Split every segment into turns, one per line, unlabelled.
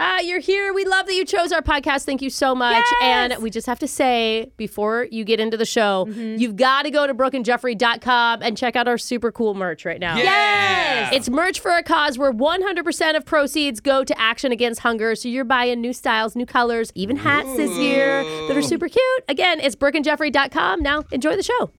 ah, you're here. We love that you chose our podcast. Thank you so much. And we just have to say before you get into the show, you've got to go to brookandjeffrey.com and check out our super cool merch right now.
Yes.
It's merch for a cause where 100% of proceeds go to Action Against Hunger. So you're buying new styles, new colors, even hats this year that are super cute. Again, it's brookandjeffrey.com. Now enjoy the show.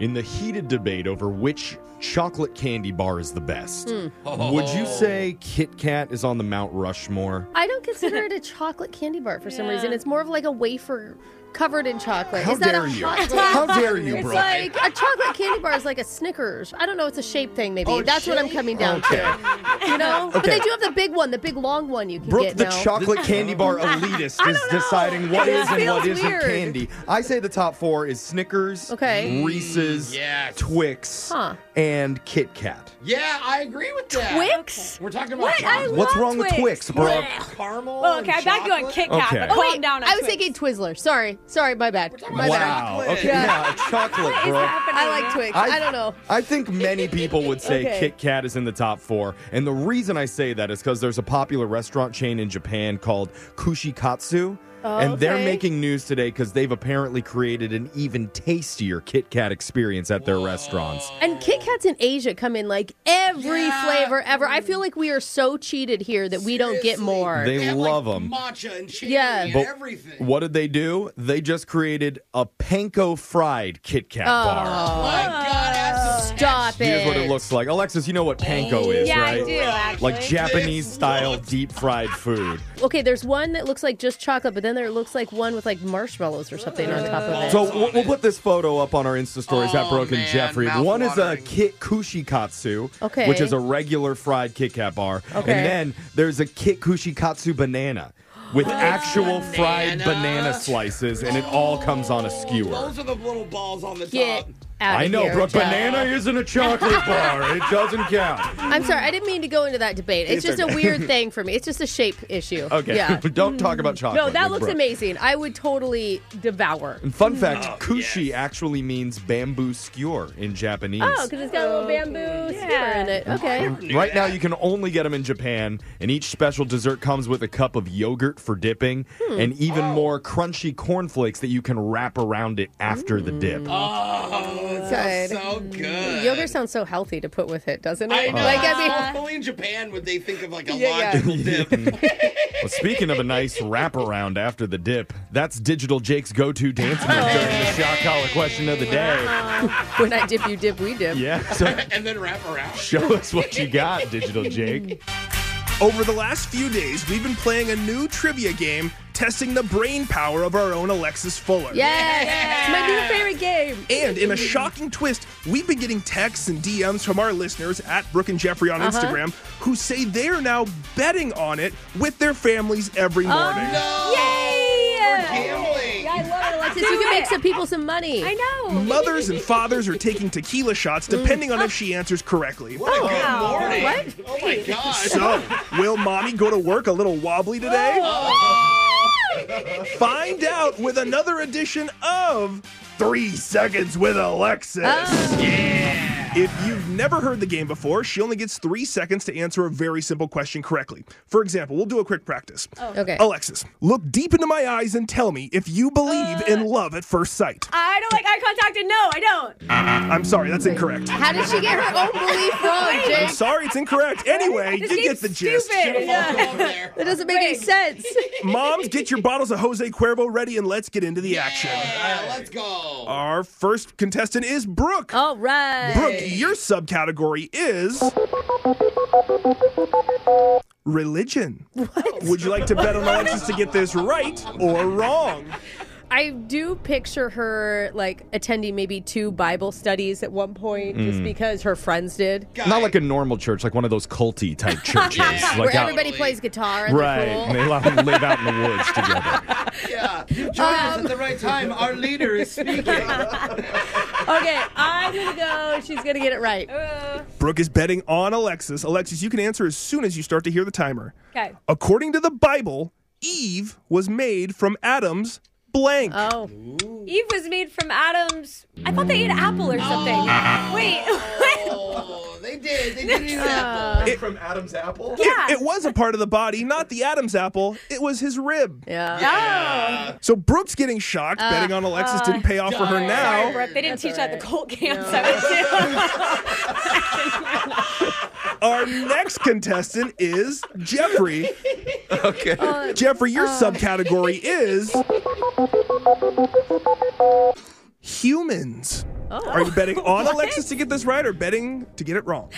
In the heated debate over which chocolate candy bar is the best,
Hmm.
would you
Oh.
say Kit Kat is on the Mount Rushmore?
I don't consider it a chocolate candy bar for some reason. It's more of like a wafer covered in chocolate.
How
is that
dare
a
you?
hot take?
How dare you,
It's
bro?
like a chocolate candy bar is like a Snickers. I don't know. It's a shape thing, maybe. That's what I'm coming down
Oh, Okay.
to. You know, but
Okay.
they do have the big one, the big long one you can
Brooke,
get
the
now.
chocolate candy bar elitist is deciding what
It
is and
feels
what isn't
weird.
candy. I say the top four is Snickers,
Okay.
Reese's,
yes.
Twix,
Huh.
and Kit Kat.
Yeah, I agree with that.
Twix?
We're talking about
What? I
chocolate.
What's
love
wrong with Twix, bro?
caramel.
Well, okay,
and
I back you on
chocolate?
Kit Kat,
Okay.
but
Oh,
calm
Wait,
down on
I was
Twix.
thinking Twizzler. Sorry, sorry, my bad.
talking
My
about
bad.
Wow.
Chocolate.
Okay. Yeah, chocolate, bro.
I like Twix. I, don't know.
I think many people would say
Okay.
Kit Kat is in the top four. And the reason I say that is because there's a popular restaurant chain in Japan called Kushikatsu. and they're
Oh, okay.
making news today because they've apparently created an even tastier Kit Kat experience at their restaurants.
And Kit Kats in Asia come in like every
Yeah. Mm.
flavor ever. I feel like we are so cheated here that we don't get
Seriously.
more.
They
They have,
love
like,
them.
Matcha and cherry
Yeah.
and
But
everything.
What did they do? They just created a panko fried Kit
Oh,
Kat bar.
Oh My God, that's the
Stop it.
Here's what it looks like. Alexis, you know what panko is,
Yeah,
right?
I do, actually.
Like Japanese style deep fried food.
Okay, there's one that looks like just chocolate, but then there looks like one with like marshmallows or something on top of it.
So we'll, we'll put this photo up on our Insta stories at Brooke and
man,
Jeffrey.
mouth
One is a
watering.
Kit Kushikatsu,
Okay.
which is a regular fried Kit Kat bar,
Okay.
and then there's a Kit Kushikatsu banana with actual fried banana slices, and it all comes on a skewer.
Those are the little balls on the
Get
top.
out
I
of
know,
here,
Brooke.
Jeff.
Banana isn't a chocolate bar. It doesn't count.
I'm sorry, I didn't mean to go into that debate. It's,
It's
just
okay.
a weird thing for me. It's just a shape issue.
Okay.
Yeah.
Don't talk about chocolate.
No, that
with
looks
Brooke.
amazing. I would totally devour. Mm.
Fun fact:
Oh,
Kushi actually means bamboo skewer in Japanese.
Oh, because it's got a little bamboo skewer in it. Okay.
Right now, you can only get them in Japan, and each special dessert comes with a cup of yogurt for dipping
Hmm.
and even
Oh.
more crunchy cornflakes that you can wrap around it after the dip.
Hmm.
Oh, that sounds so good.
Yogurt sounds so healthy to put with it, doesn't it?
I know.
Mm, Like, I mean,
Hopefully in Japan would they think of like a
Yeah, yeah.
logical dip.
Well, speaking of a nice wraparound after the dip, that's Digital Jake's go to dance move during
Oh.
the shot collar question of the day.
Uh-huh. when I dip, you dip, we dip.
Yeah, so
and then wrap around.
show us what you got, Digital Jake.
Over the last few days, we've been playing a new trivia game, testing the brain power of our own Alexis Fuller.
Yes. It's my new favorite game.
And in a shocking twist, we've been getting texts and DMs from our listeners at Brooke and Jeffrey on
Uh-huh.
Instagram who say they are now betting on it with their families
Oh,
every morning.
No.
Yay!
Gambling.
I love it, Alexis.
This, you
Do
can
it.
make some people some money.
I know.
Mothers and fathers are taking tequila shots depending on if she answers correctly.
What a good morning.
Oh, What?
Oh my Oh. God.
So, will mommy go to work a little wobbly today?
Oh.
Find out with another edition of Three Seconds with Alexis. If you've never heard the game before, she only gets three seconds to answer a very simple question correctly. For example, we'll do a quick practice.
Okay.
Alexis, look deep into my eyes and tell me if you believe in love at first sight.
I don't like eye contact, and no, I don't.
I'm sorry, that's incorrect.
How did she get her own belief wrong, Jake?
Sorry, it's incorrect. Anyway,
This
you get
game's
the gist.
Stupid. Yeah.
Up there.
That doesn't make any sense.
Moms, get your bottles of Jose Cuervo ready and let's get into the action.
Yeah, let's go.
Our first contestant is Brooke.
All right.
Brooke, your subcategory is religion. Would you like to bet on Alexis to get this right or wrong?
I do picture her like attending maybe two Bible studies at one point
Mm.
just because her friends did.
Not like a normal church, like one of those culty type churches.
Yeah.
like
Where
out-
everybody plays guitar and
Right,
they're
and
cool.
they allow them to live out in the woods together.
Yeah. You joined us
Um,
at the right time. Our leader is speaking.
Okay, I'm gonna go. She's gonna get it right.
Brooke is betting on Alexis. Alexis, you can answer as soon as you start to hear the timer.
Okay.
According to the Bible, Eve was made from Adam's blank.
Oh,
Eve was made from Adam's. I thought they ate an apple or something. Wait. what?
Oh, they did. They did eat an apple.
It, from Adam's apple?
Yeah.
It was a part of the body, not the Adam's apple. It was his rib.
Yeah.
Yeah.
So Brooke's getting shocked.
Uh,
Betting on Alexis didn't pay off for her
darn.
now.
Brooke, they didn't
That's
teach
all
that at the
right.
cult camps I went
Our next contestant is Jeffrey.
Okay.
Uh,
Jeffrey, your subcategory is humans. Are you betting on Alexis to get this right or betting to get it wrong?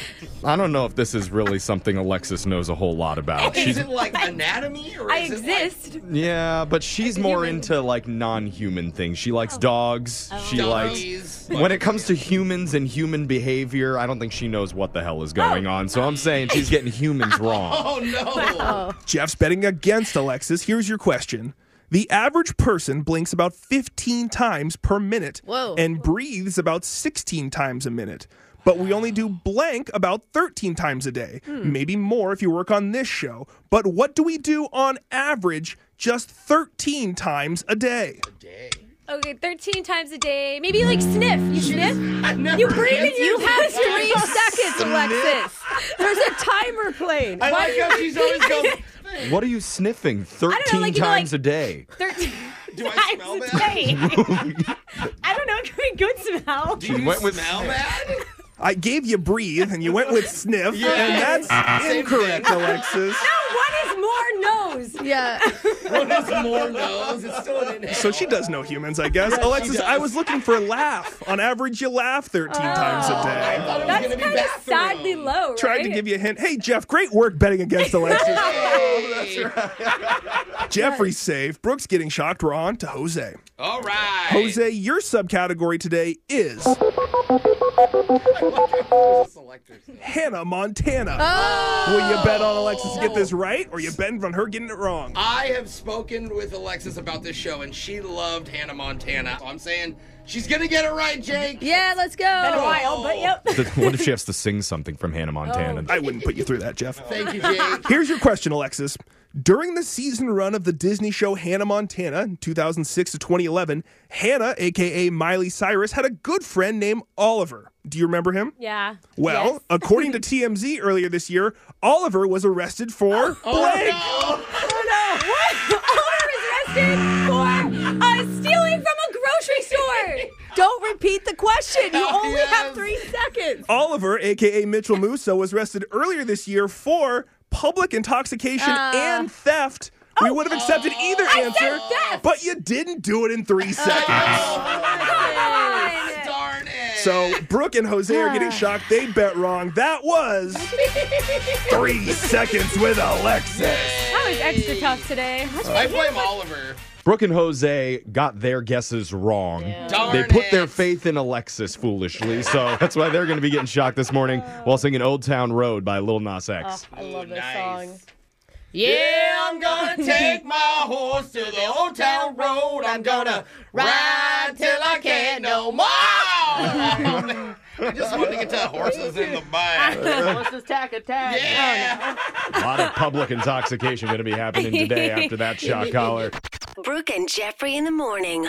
I don't know if this is really something Alexis knows a whole lot about.
Is
She's,
it like anatomy or
to. I
is it
exist.
yeah, but she's more into like non-human things. She
Oh.
likes dogs. She
like
likes
donkeys?
when it comes to humans and human behavior. I don't think she knows what the hell
Oh.
is going on. So I'm saying she's getting humans wrong.
Oh no.
Jeff's betting against Alexis. Here's your question. The average person blinks about 15 times per minute
Whoa.
and breathes about 16 times a minute. But we only do blank about 13 times a day,
Hmm.
maybe more if you work on this show. But what do we do on average just 13 times a day?
Okay, 13 times a day. Maybe like sniff. You sniff?
I never
You breathe in
answered
your
You have
That's
three
right.
seconds, Alexis. There's a timer playing.
I like how she's always going.
What are you sniffing 13
like, you know,
times
like-
a day?
13
Do I
times
smell
a
bad?
day. I don't know. It could be good smell.
Do you
went with-
smell bad?
I gave you breathe and you went with sniff, and
Yes.
that's
Same
incorrect,
thing.
Alexis.
What is more nose?
Yeah.
What is more nose? It's still an inhale.
So she does know humans, I guess. Alexis,
does. Oh.
I was looking for laugh. On average, you laugh 13 times a
I
day.
thought it was
That's
gonna be
kind of
bathroom.
sadly low, right?
Tried to give you a hint. Hey, Jeff, great work betting against Alexis.
Oh,
Jeffrey's safe. Brooke's getting shocked. We're on to Jose.
All right.
Jose, your subcategory today is Hannah Montana.
Oh.
Will you bet on Alexis to get this right, or you betting on her getting it wrong?
I have spoken with Alexis about this show, and she loved Hannah Montana. So I'm saying she's gonna get it right, Jake.
Yeah, let's go.
Been a while, but yep.
what if she has to sing something from
Oh.
Hannah Montana?
I wouldn't put you through that, Jeff.
Thank you, Jake.
Here's your question, Alexis. During the season run of the Disney show Hannah Montana in 2006 to 2011, Hannah, aka Miley Cyrus, had a good friend named Oliver. Do you remember him?
Yeah.
Well,
Yes.
according to TMZ earlier this year, Oliver was arrested for
Oh.
blank.
Oh, Owner is arrested for uh, stealing from a grocery store.
Don't repeat the question. You
Oh,
only
yes.
have three seconds.
Oliver, aka Mitchell Musso, was arrested earlier this year for public intoxication
Uh.
and theft. We
Oh.
would have accepted either answer,
theft.
but you didn't do it in three seconds.
Come on.
Darn it.
So Brooke and Jose are getting shocked. They bet wrong. That was three seconds with Alexis.
That was extra tough today.
I blame Oliver.
Brooke and Jose got their guesses wrong.
Darn
They put
it.
their faith in Alexis foolishly, so that's why they're going to be getting shocked this morning while singing Old Town Road by Lil Nas X.
Oh,
I love this
nice.
song.
Yeah, I'm gonna take my horse to the old town road. I'm gonna ride till I can't no more. I just wanted to get to horses in the back. Yeah.
A lot of public intoxication going to be happening today after that shot collar.
Brooke and Jeffrey in the morning.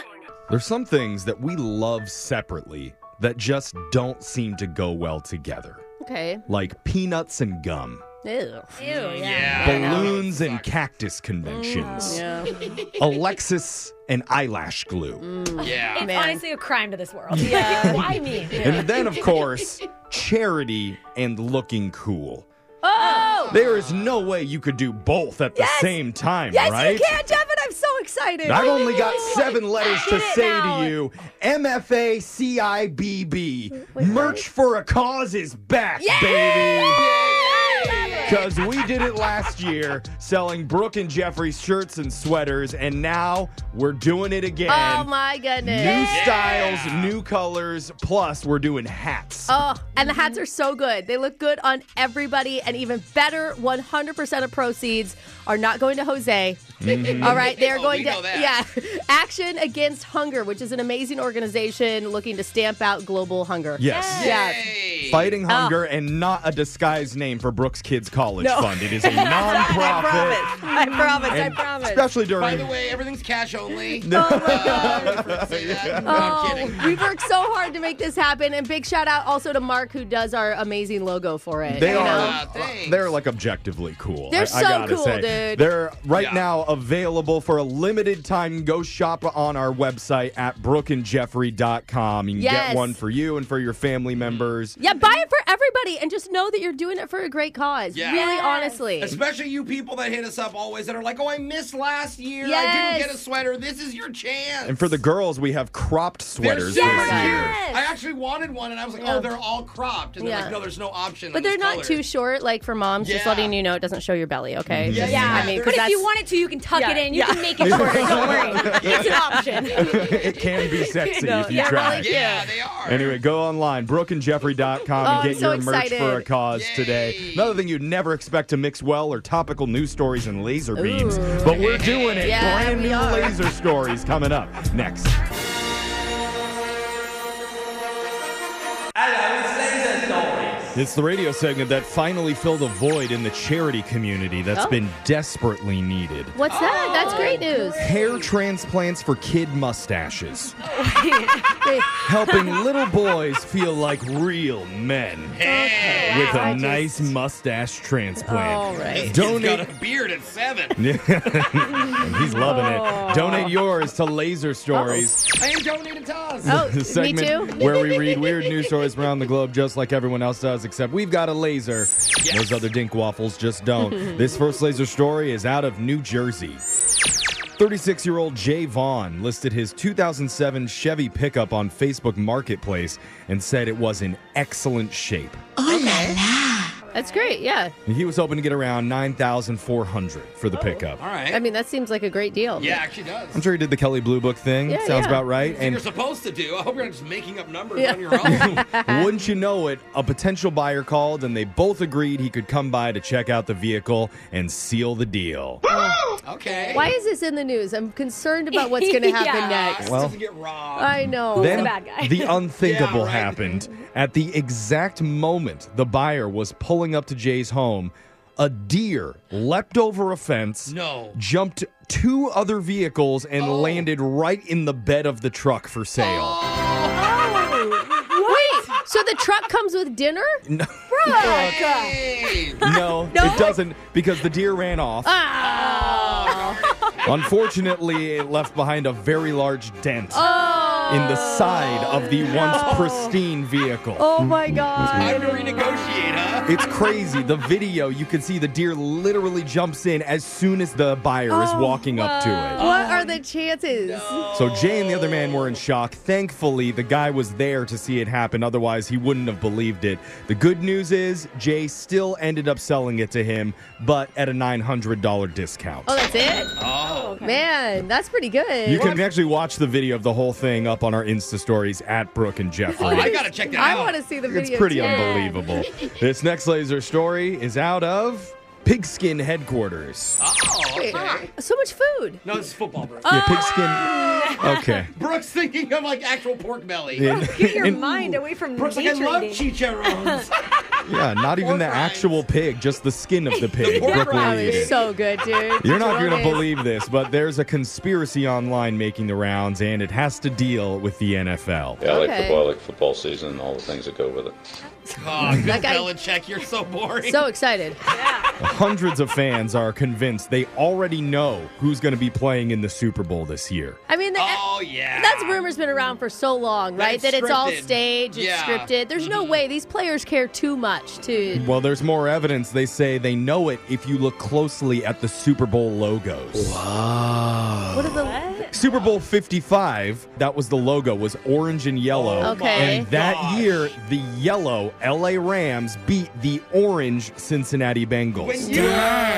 There's some things that we love separately that just don't seem to go well together,
Okay.
like peanuts and gum,
Ew.
Ew, yeah.
balloons and cactus conventions,
Yeah.
Mm.
Alexis and eyelash glue.
Yeah.
Man.
Honestly, a crime to this world. Yeah. Why me?
And then, of course, charity and looking cool.
Oh!
There is no way you could do both at the same time,
Yes,
right?
you can, Devin. I'm so excited.
I've only got seven letters to
Get it
say
now.
to you. MFACIBB. Merch for a cause is back, baby. Because we did it last year selling Brooke and Jeffrey's shirts and sweaters, and now we're doing it again.
Oh my
new
goodness.
styles, new colors, plus we're doing hats.
Oh, and the hats are so good. They look good on everybody, and even better, 100% of proceeds are not going to Jose. All right, they're
Oh,
going
we
to
know that.
yeah, Action Against Hunger, which is an amazing organization looking to stamp out global hunger.
Yes.
Yeah.
Yay.
Fighting
Oh.
Hunger and not a disguised name for Brooks Kids College
No.
Fund. It is a
I
nonprofit.
promise. I promise. I
and
promise.
Especially
By
during
the way, everything's cash only.
No.
Uh, say that. No, I'm kidding.
Oh, we worked so hard to make this happen. And big shout out also to Mark, who does our amazing logo for it.
They
you
are.
know?
Ah, thanks.
They're like objectively cool.
They're
I, I
so
gotta
cool,
say.
dude.
They're right
Yeah.
now available for a limited time. Go shop on our website at brookandjeffrey.com. You can
Yes.
get one for you and for your family
Mm-hmm.
members.
Yeah, buy it for everybody and just know that you're doing it for a great cause.
Yeah.
Really,
Yes.
honestly.
Especially you people that hit us up always that are like, oh, I missed last year. I
Yes.
didn't get a sweater. This is your chance.
And for the girls, we have cropped
They're
sweaters
so
this
cute.
year.
Yes.
I actually wanted one, and I was like, oh, they're all cropped. And they're
Yeah.
like, no, there's no option.
But they're not too short, like for moms, just
Yeah.
letting you know it doesn't show your belly, okay?
Yeah,
Just-
yeah,
I
yeah.
mean, 'cause
but if you
that's-
wanted to, you can tuck it
Yeah.
in. You
Yeah.
can make it shorter. Don't worry. It's an option.
it can be sexy
No,
if you
yeah,
try.
really cute.
Yeah, they are.
Anyway, go online, brookandjeffrey.com,
Oh,
and
I'm
get
so
your merch for a
excited.
cause
Yay.
today. Another thing you'd never expect to mix well are topical news stories and laser beams. But we're doing it.
Yeah,
Brand
we
new
are.
laser stories coming up next. It's the radio segment that finally filled a void in the charity community that's
Oh.
been desperately needed.
What's that? That's great
Oh.
news.
Hair transplants for kid mustaches. Helping little boys feel like real men with a
I just-
nice mustache transplant.
All right.
He's
Donate.
got a beard at seven.
He's loving
Oh.
it. Donate yours to Laser Stories,
I am donating to us.
Oh,
the
me
segment
too.
where we read weird news stories from around the globe, just like everyone else does, except we've got a laser. Those other dink waffles just don't. this first laser story is out of New Jersey. 36 year old Jay Vaughn listed his 2007 Chevy pickup on Facebook Marketplace and said it was in excellent shape.
Oh,
That's great. Yeah.
And He was hoping to get around 9,400 for the pickup.
Oh, All right.
I mean, that seems like a great deal.
yeah, actually does.
I'm sure he did the Kelly Blue Book thing.
Yeah,
Sounds
yeah.
about right.
You're
And
supposed to do. I hope you're not just making up numbers
Yeah.
on your own.
wouldn't you know it, a potential buyer called and they both agreed he could come by to check out the vehicle and seal the deal.
okay.
Why is this in the news? I'm concerned about what's going to happen
Yeah.
next.
Well-
doesn't get robbed.
I know.
then
bad guy?
the unthinkable
Yeah, right.
happened. At the exact moment the buyer was pulling up to Jay's home, a deer leapt over a fence,
No.
jumped two other vehicles, and landed right in the bed of the truck for sale.
Wait, so the truck comes with dinner?
Hey.
No, it doesn't because the deer ran off.
Ah.
Unfortunately, it left behind a very large dent in the side of the once pristine vehicle.
Oh my god.
Time to renegotiate, huh?
It's crazy. The video, you can see the deer literally jumps in as soon as the buyer is
Oh,
walking up to it.
What are the chances?
So Jay and the other man were in shock. Thankfully, the guy was there to see it happen. Otherwise, he wouldn't have believed it. The good news is Jay still ended up selling it to him, but at a $900 discount.
Oh, that's it?
Oh.
Man, that's pretty good.
You can actually watch the video of the whole thing up on our Insta stories at Brooke and
Oh,
Jeffrey.
I gotta check that
I
out.
want to see the video.
It's pretty
too.
unbelievable. this next laser story is out of Pigskin Headquarters.
Oh, okay.
So much food.
No, this is football, Brooks.
Yeah, pigskin. Okay.
Brooks thinking of like actual pork belly.
In-
Get your
in-
mind away from
Brooks like, I
nature
love
dating.
chicharrones.
yeah, not even
Pork
the
rinds.
actual pig, just the skin of the pig.
pork
Brooke will
That
eat
was
it.
so good, dude.
You're not going
Jordan.
to believe this, but there's a conspiracy online making the rounds, and it has to deal with the NFL.
Yeah, I like
Okay.
football, I like football season, and all the things that go with it.
oh, Bill
That guy-
Belichick, you're so boring.
So excited.
Hundreds of fans are convinced they already know who's going to be playing in the Super Bowl this year.
I mean, the, uh,
oh yeah.
that's rumor's been around for so long, right?
it's
that it's all
scripted.
staged, it's
Yeah. Mm-hmm.
scripted. There's no way these players care too much to.
Well, there's more evidence. They say they know it if you look closely at the Super Bowl logos.
What are the?
Super Bowl 55, that was the logo, was orange and yellow.
Oh, Okay.
And that
Gosh.
year, the yellow LA Rams beat the orange Cincinnati Bengals.
when you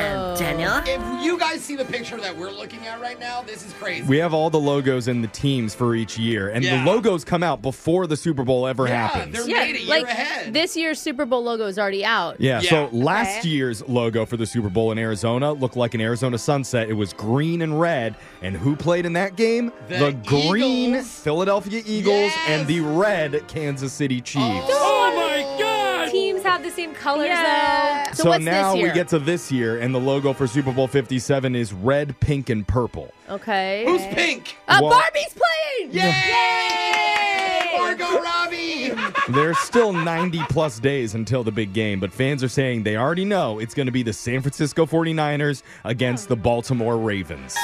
Daniel?
if you guys see the picture that we're looking at right now, this is crazy.
we have all the logos and the teams for each year, and
Yeah.
the logos come out before the Super Bowl ever
Yeah,
happens.
they're-
Yeah,
made a year
like
ahead.
this year's Super Bowl logo is already out.
Yeah, so
Yeah.
last year's logo for the Super Bowl in Arizona looked like an Arizona sunset. It was green and red. And who played in that game?
The
green
Eagles.
Philadelphia Eagles and the
Yes.
Oh.
red Kansas City Chiefs.
oh my god.
have the same colors
Yeah. So,
so
what's
now
this year?
we get to this year, and the logo for Super Bowl 57 is red, pink, and purple.
okay.
Who's pink?
Uh,
Well-
Barbie's playing.
Yay! Margot Robbie!
There's still 90 plus days until the big game, but fans are saying they already know it's going to be the San Francisco 49ers against the Baltimore Ravens.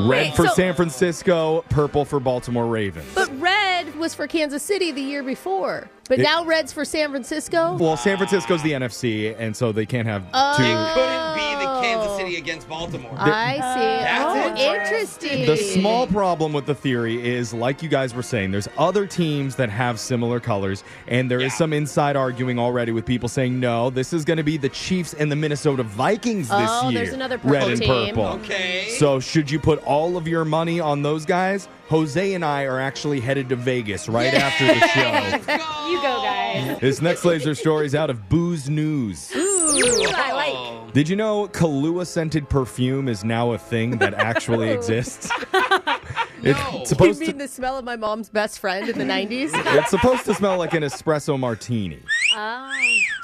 Red
Wait,
for
so-
San Francisco, purple for Baltimore Ravens.
But red was for Kansas City the year before. But
It-
now red's for San Francisco.
well, San Francisco's the NFC, and so they can't have
Oh.
Couldn't be the Kansas City against Baltimore.
I see. oh, interesting.
two. The small problem with the theory is, like you guys were saying, there's other teams that have similar colors, and there is
Yeah.
some inside arguing already with people saying, no, this is going to be the Chiefs and the Minnesota Vikings this
Oh,
year.
there's another
red
purple
and
team.
purple.
Okay.
So, should you put all of your money on those guys? Jose and I are actually headed to Vegas right after the show.
though. You go, guys.
this next laser story is out of Booze News.
Ooh, I like.
Oh.
Did you know Kahlua scented perfume is now a thing that actually exists?
No.
It's
You
supposed
mean
to.
the smell of my mom's best friend in the 90s?
It's supposed to smell like an espresso martini. So
Uh,
Ooh,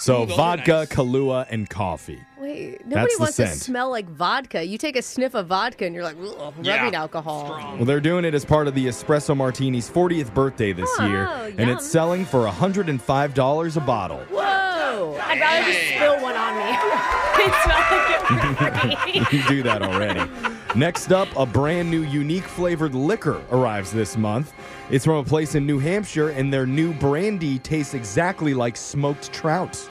those are
vodka,
nice.
Kahlua, and coffee.
Wait, nobody
That's the
wants to
scent.
smell like vodka. You take a sniff of vodka and you're like, "Ugh, rubbing
Yeah.
alcohol.
Well, they're doing it as part of the Espresso Martini's 40th birthday this
Oh,
year, and
yum.
it's selling for $105 a bottle.
Whoa.
I'd rather just spill one on me. it smells like it.
You do that already. Next up, a brand new unique flavored liquor arrives this month. It's from a place in New Hampshire, and their new brandy tastes exactly like smoked trout.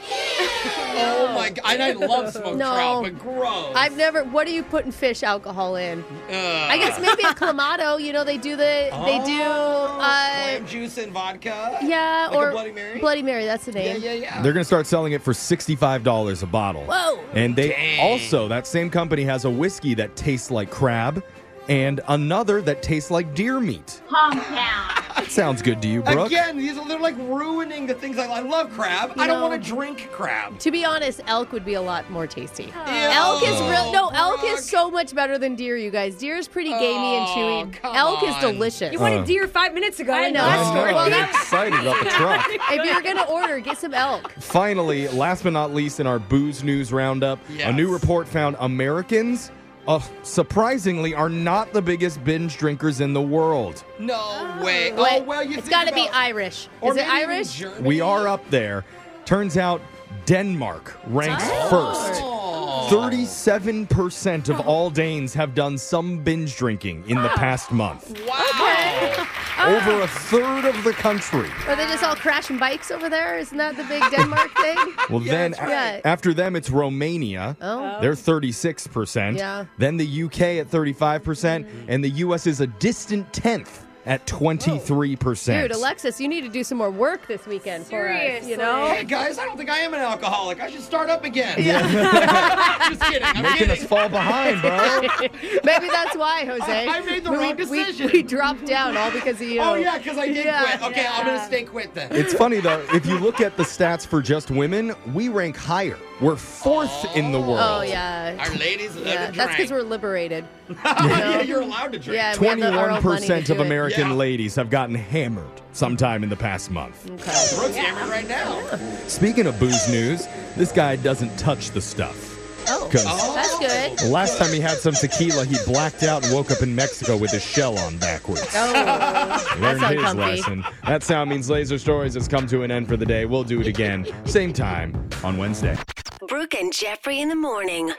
Oh my god. I love smoked
No.
trout, but gross.
I've never. What are you putting fish alcohol in?
Ugh.
I guess maybe a clamato. You know, they do the. They do.
Uh. Oh,
Uh,
Lime juice and vodka.
yeah,
Like a
or
Bloody Mary?
Mary, that's the
Yeah,
name.
yeah, yeah.
They're going to start selling it for $65 a bottle.
Whoa.
And they
Dang.
also, that same company has a whiskey that tastes like crab and another that tastes like deer meat. That sounds good to you, Brooke.
Again, these are, they're like ruining the things I, I love crab. I don't
No.
want to drink crab.
To be honest, elk would be a lot more tasty. elk is real. No, elk is so much better than deer, you guys. Deer is pretty gamey and
Oh,
chewy.
come
Elk is
on.
delicious.
You
want-
wanted deer five minutes ago.
I
and
know.
now
That's
I know.
true. Well,
I'm
that-
excited about the truck.
if you're gonna order, get some elk.
Finally, last but not least, in our booze news roundup, a
Yes.
new report found Americans, uh, surprisingly, are not the biggest binge drinkers in the world.
No way.
Wait,
oh well, you
Ah. it's
think
gotta be
about-
Irish.
or
is it
maybe even
Irish?
Germany.
We are up there. Turns out Denmark ranks
Oh.
first. 37% of all Danes have done some binge drinking in the past month.
Wow.
Ah.
Over a third of the country.
Are they just all crashing bikes over there? Isn't that the big Denmark thing?
Well, then
that's
a-
right.
after them, it's Romania.
Oh.
They're 36%.
Yeah. Mm-hmm.
Then the UK at 35%, and the US is a distant 10th at 23%.
Oh. Dude, Alexis, you need to do some more work this weekend for us. You know?
Hey guys, I don't think I am an alcoholic. I should start up again. Just kidding. I'm
Making us
kidding.
fall behind, bro.
Maybe that's why, Jose.
I- I made the
we,
wrong
we-
decision.
We, dropped down all because of you.
Oh yeah, because I did
Yeah.
quit. Okay, I'm gonna stay quit then.
it's funny, though, if you look at the stats for just women, we rank higher. We're fourth in the world.
Oh yeah.
Our ladies love
Yeah,
to
that's because
drink.
we're liberated.
yeah, you're allowed to drink.
Yeah, we have the- our own money to
21% of
do it.
American
Yeah.
ladies have gotten hammered sometime in the past month.
Brooke's hammered right now.
Mm.
Speaking of booze news, this guy doesn't touch the stuff.
Oh,
'Cause
that's good.
The Last time he had some tequila, he blacked out and woke up in Mexico with his shell on backwards.
Oh,
Learned
that's
his
uncomfy.
lesson. That sound means Laser Stories has come to an end for the day. We'll do it again, same time on Wednesday.
Brooke and Jeffrey in the morning.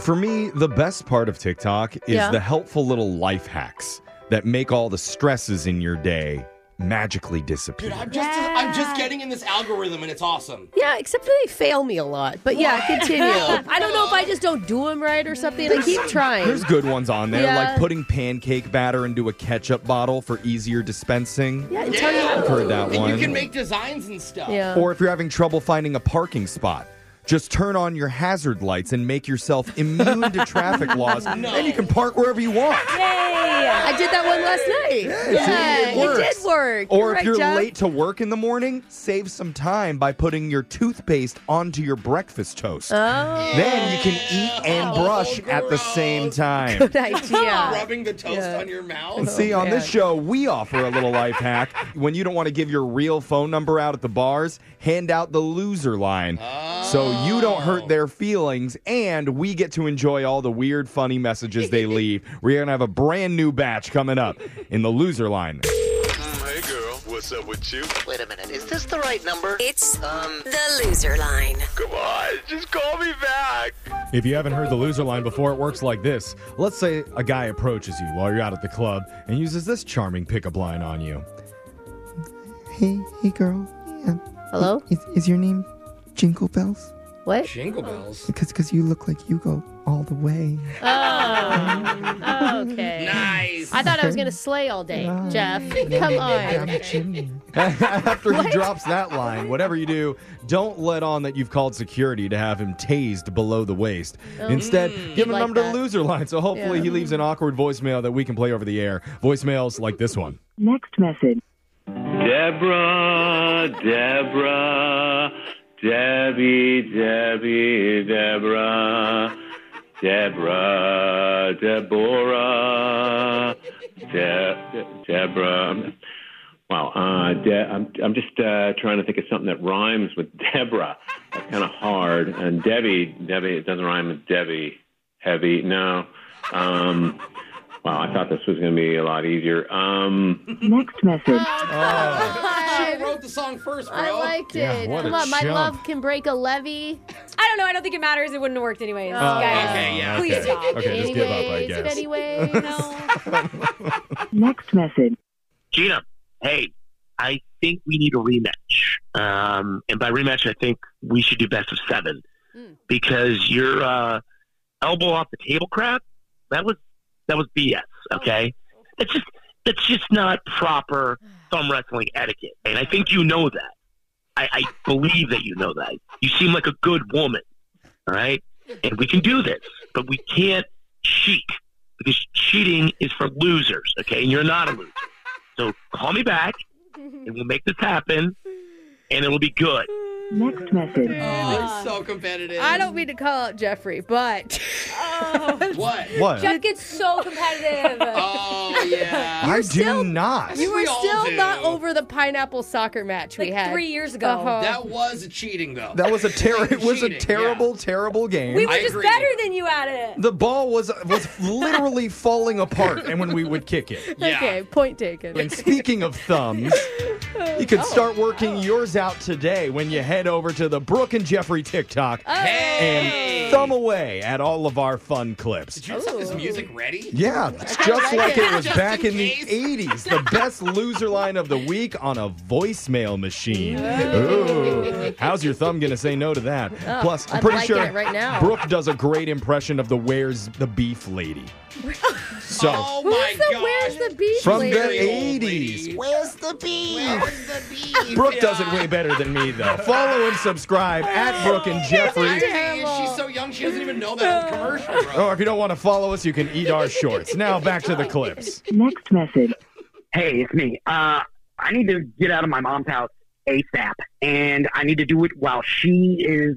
For me, the best part of TikTok is
Yeah.
the helpful little life hacks that make all the stresses in your day magically disappear.
Dude, I'm just I'm just getting in this algorithm and it's awesome.
Yeah, except that they fail me a lot. But yeah, continue. I don't know if I just don't do them right or something. I keep trying.
There's good ones on there,
Yeah.
like putting pancake batter into a ketchup bottle for easier dispensing.
Yeah, and tell you
I've heard that
And
one.
you can make designs and stuff.
Yeah.
Or if you're having trouble finding a parking spot, Just turn on your hazard lights and make yourself immune to traffic laws. and Then you can park wherever you want.
Yay!
I did that one last night.
see, it works.
did work.
Or if
right,
you're
Jeff.
late to work in the morning, save some time by putting your toothpaste onto your breakfast toast.
Oh,
Then you can eat and brush at the same time.
good idea.
Rubbing the toast on your mouth.
And see, on this
man.
show, we offer a little life hack. When you don't want to give your real phone number out at the bars, hand out the loser line. So you don't hurt their feelings, and we get to enjoy all the weird, funny messages they leave. We're going to have a brand new batch coming up in the loser line.
Hey girl, what's up with you?
Wait a minute, is this the right number?
It's the loser line.
Come on, just call me back.
If you haven't heard the loser line before, it works like this. Let's say a guy approaches you while you're out at the club and uses this charming pickup line on you.
Hey, hey, girl. Yeah.
Hello?
Is, is your name Jingle Bells?
What?
Jingle bells.
Because cause you look like you go all the way.
Oh, okay.
Nice.
I thought I was gonna slay all day, Jeff. Come
Down
on.
the chimney.
After he drops that line, whatever you do, don't let on that you've called security to have him tased below the waist. Instead, give him a
Oh. Mm. like
number to
that.
loser line so hopefully
Yeah.
he leaves an awkward voicemail that we can play over the air. Voicemails like this one.
Next message.
Deborah, Deborah, Debbie, Debbie, Deborah, Deborah, Deborah, De- Deborah. Wow, uh, De- I'm, I'm just uh, trying to think of something that rhymes with Deborah. That's kind of hard. And Debbie, Debbie, it doesn't rhyme with Debbie. Heavy, no. Um, wow, I thought this was going to be a lot easier. Um,
Next message.
Oh. I wrote the song first, bro.
I liked it.
Yeah, what
Come
a
on, my
chump.
love can break a levy.
I don't know. I don't think it matters. It wouldn't have worked anyways.
Oh,
Guys,
okay, yeah,
please
okay.
stop.
Okay, just give up, I
Anyways,
guess.
Anyways.
Next message.
Gina, hey, I think we need a rematch. Um, and by rematch, I think we should do best of seven
Mm.
because your uh, elbow off the table crap that was that was BS. Okay, that's just that's just not proper thumb wrestling etiquette, and I think you know that. I, I believe that you know that. You seem like a good woman, all right? And we can do this, but we can't cheat because cheating is for losers, okay? And you're not a loser. So call me back, and we'll make this happen, and it'll be good.
Next message.
Oh, they're so competitive.
I don't mean to call out Jeffrey, but
Oh. What?
What?
Jeff gets so competitive.
Oh yeah.
I do
still-
not.
you were
all
still
do.
not over the pineapple soccer match we
like
had.
three years ago.
Uh-huh.
That was cheating though.
That was a ter- it was a
Cheating, yeah.
terrible, terrible game.
We were
I
just
agree.
better than you at it.
the ball was was literally falling apart, and when we would kick it.
yeah.
Okay, point taken.
And speaking of thumbs, you could start working yours out today when you head over to the Brooke and Jeffrey TikTok
Hey.
and thumb away at all of our fun clips.
Did you just have this music ready?
Yeah, it's just like it was
Just
back
in
in the
case.
80s. The best loser line of the week on a voicemail machine. Ooh. How's your thumb going to say no to that? Plus, I'm
I'm
pretty
liking
sure
it right now.
Brooke does a great impression of the Where's the Beef lady. So,
Oh my
Who's the
gosh.
where's the beach
from
lady?
the
Very
80s.
old lady.
Where's the beef?
Where's the beef?
Brooke
Yeah.
does it way better than me, though. Follow and subscribe at Brooke and
Irony
Jeffrey.
is She's so young, she doesn't even know that commercial, bro.
Or if you don't want to follow us, you can eat our shorts. Now back to the clips.
Next message.
Hey, it's me. Uh, I need to get out of my mom's house ASAP, and I need to do it while she is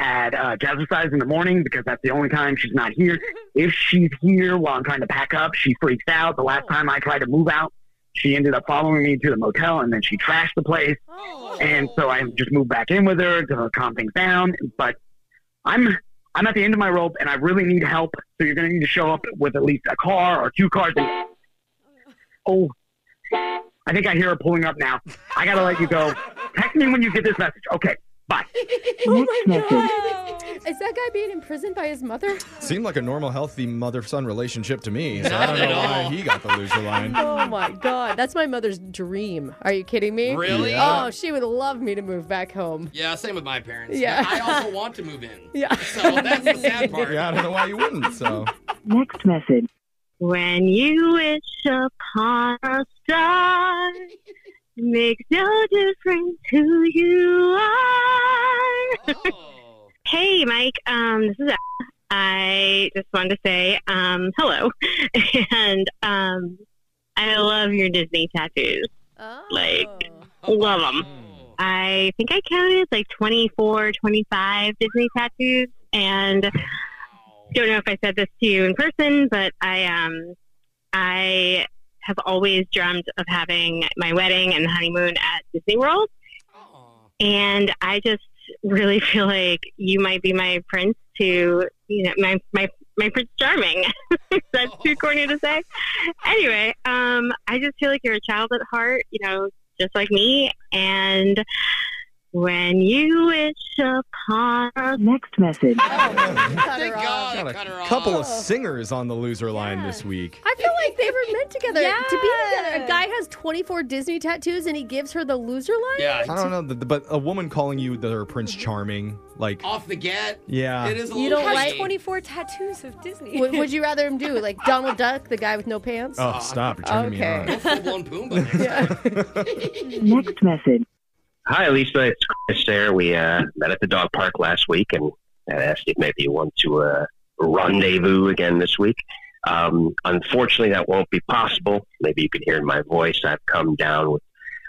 at uh, jazzercise in the morning because that's the only time she's not here. If she's here while I'm trying to pack up, she freaks out. The last time I tried to move out, she ended up following me to the motel, and then she trashed the place. And so I just moved back in with her to calm things down. But I'm I'm at the end of my rope, and I really need help. So you're going to need to show up with at least a car or two cars. And, oh. I think I hear her pulling up now. I gotta let you go. Text me when you get this message. Okay, bye.
Next message.
Oh Is that guy being imprisoned by his mother?
Seemed like a normal, healthy mother-son relationship to me. So I
Not
don't
at
know why
all.
he got the loser line.
Oh my god, that's my mother's dream. Are you kidding me?
Really?
Oh, she would love me to move back home.
Yeah, same with my parents.
Yeah.
I also want to move in.
Yeah.
So that's the sad part.
Yeah, I don't know why you wouldn't. So
Next message.
When you wish upon a star, makes no difference who you are.
Oh.
Hey, Mike. Um, this is. Al. I just wanted to say um, hello, and um, I love your Disney tattoos. Like,
Oh.
love them. I think I counted like 24, 25 Disney tattoos, and don't know if I said this to you in person, but I um, I have always dreamt of having my wedding and honeymoon at Disney World, and I just really feel like you might be my prince to you know my my my prince charming that's too corny to say anyway um i just feel like you're a child at heart you know just like me and when you wish upon a
Next message.
Got a couple of singers on the loser line this week.
I feel like they were meant together to be together. A guy has 24 Disney tattoos and he gives her the loser line.
I don't know, th- th- but a woman calling you the her Prince Charming, like,
Off the get.
yeah.
It is a
You
little
don't
crazy.
like
24 tattoos of Disney.
What would you rather him do? Like Donald Duck, the guy with no pants?
Oh, stop. You're turning me on.
Okay.
Full-blown Pumbaa.
Next message.
Hi, Lisa. It's Chris there. We uh, met at the dog park last week and I asked if maybe you want to uh, rendezvous again this week. Um, unfortunately, that won't be possible. Maybe you can hear in my voice. I've come down with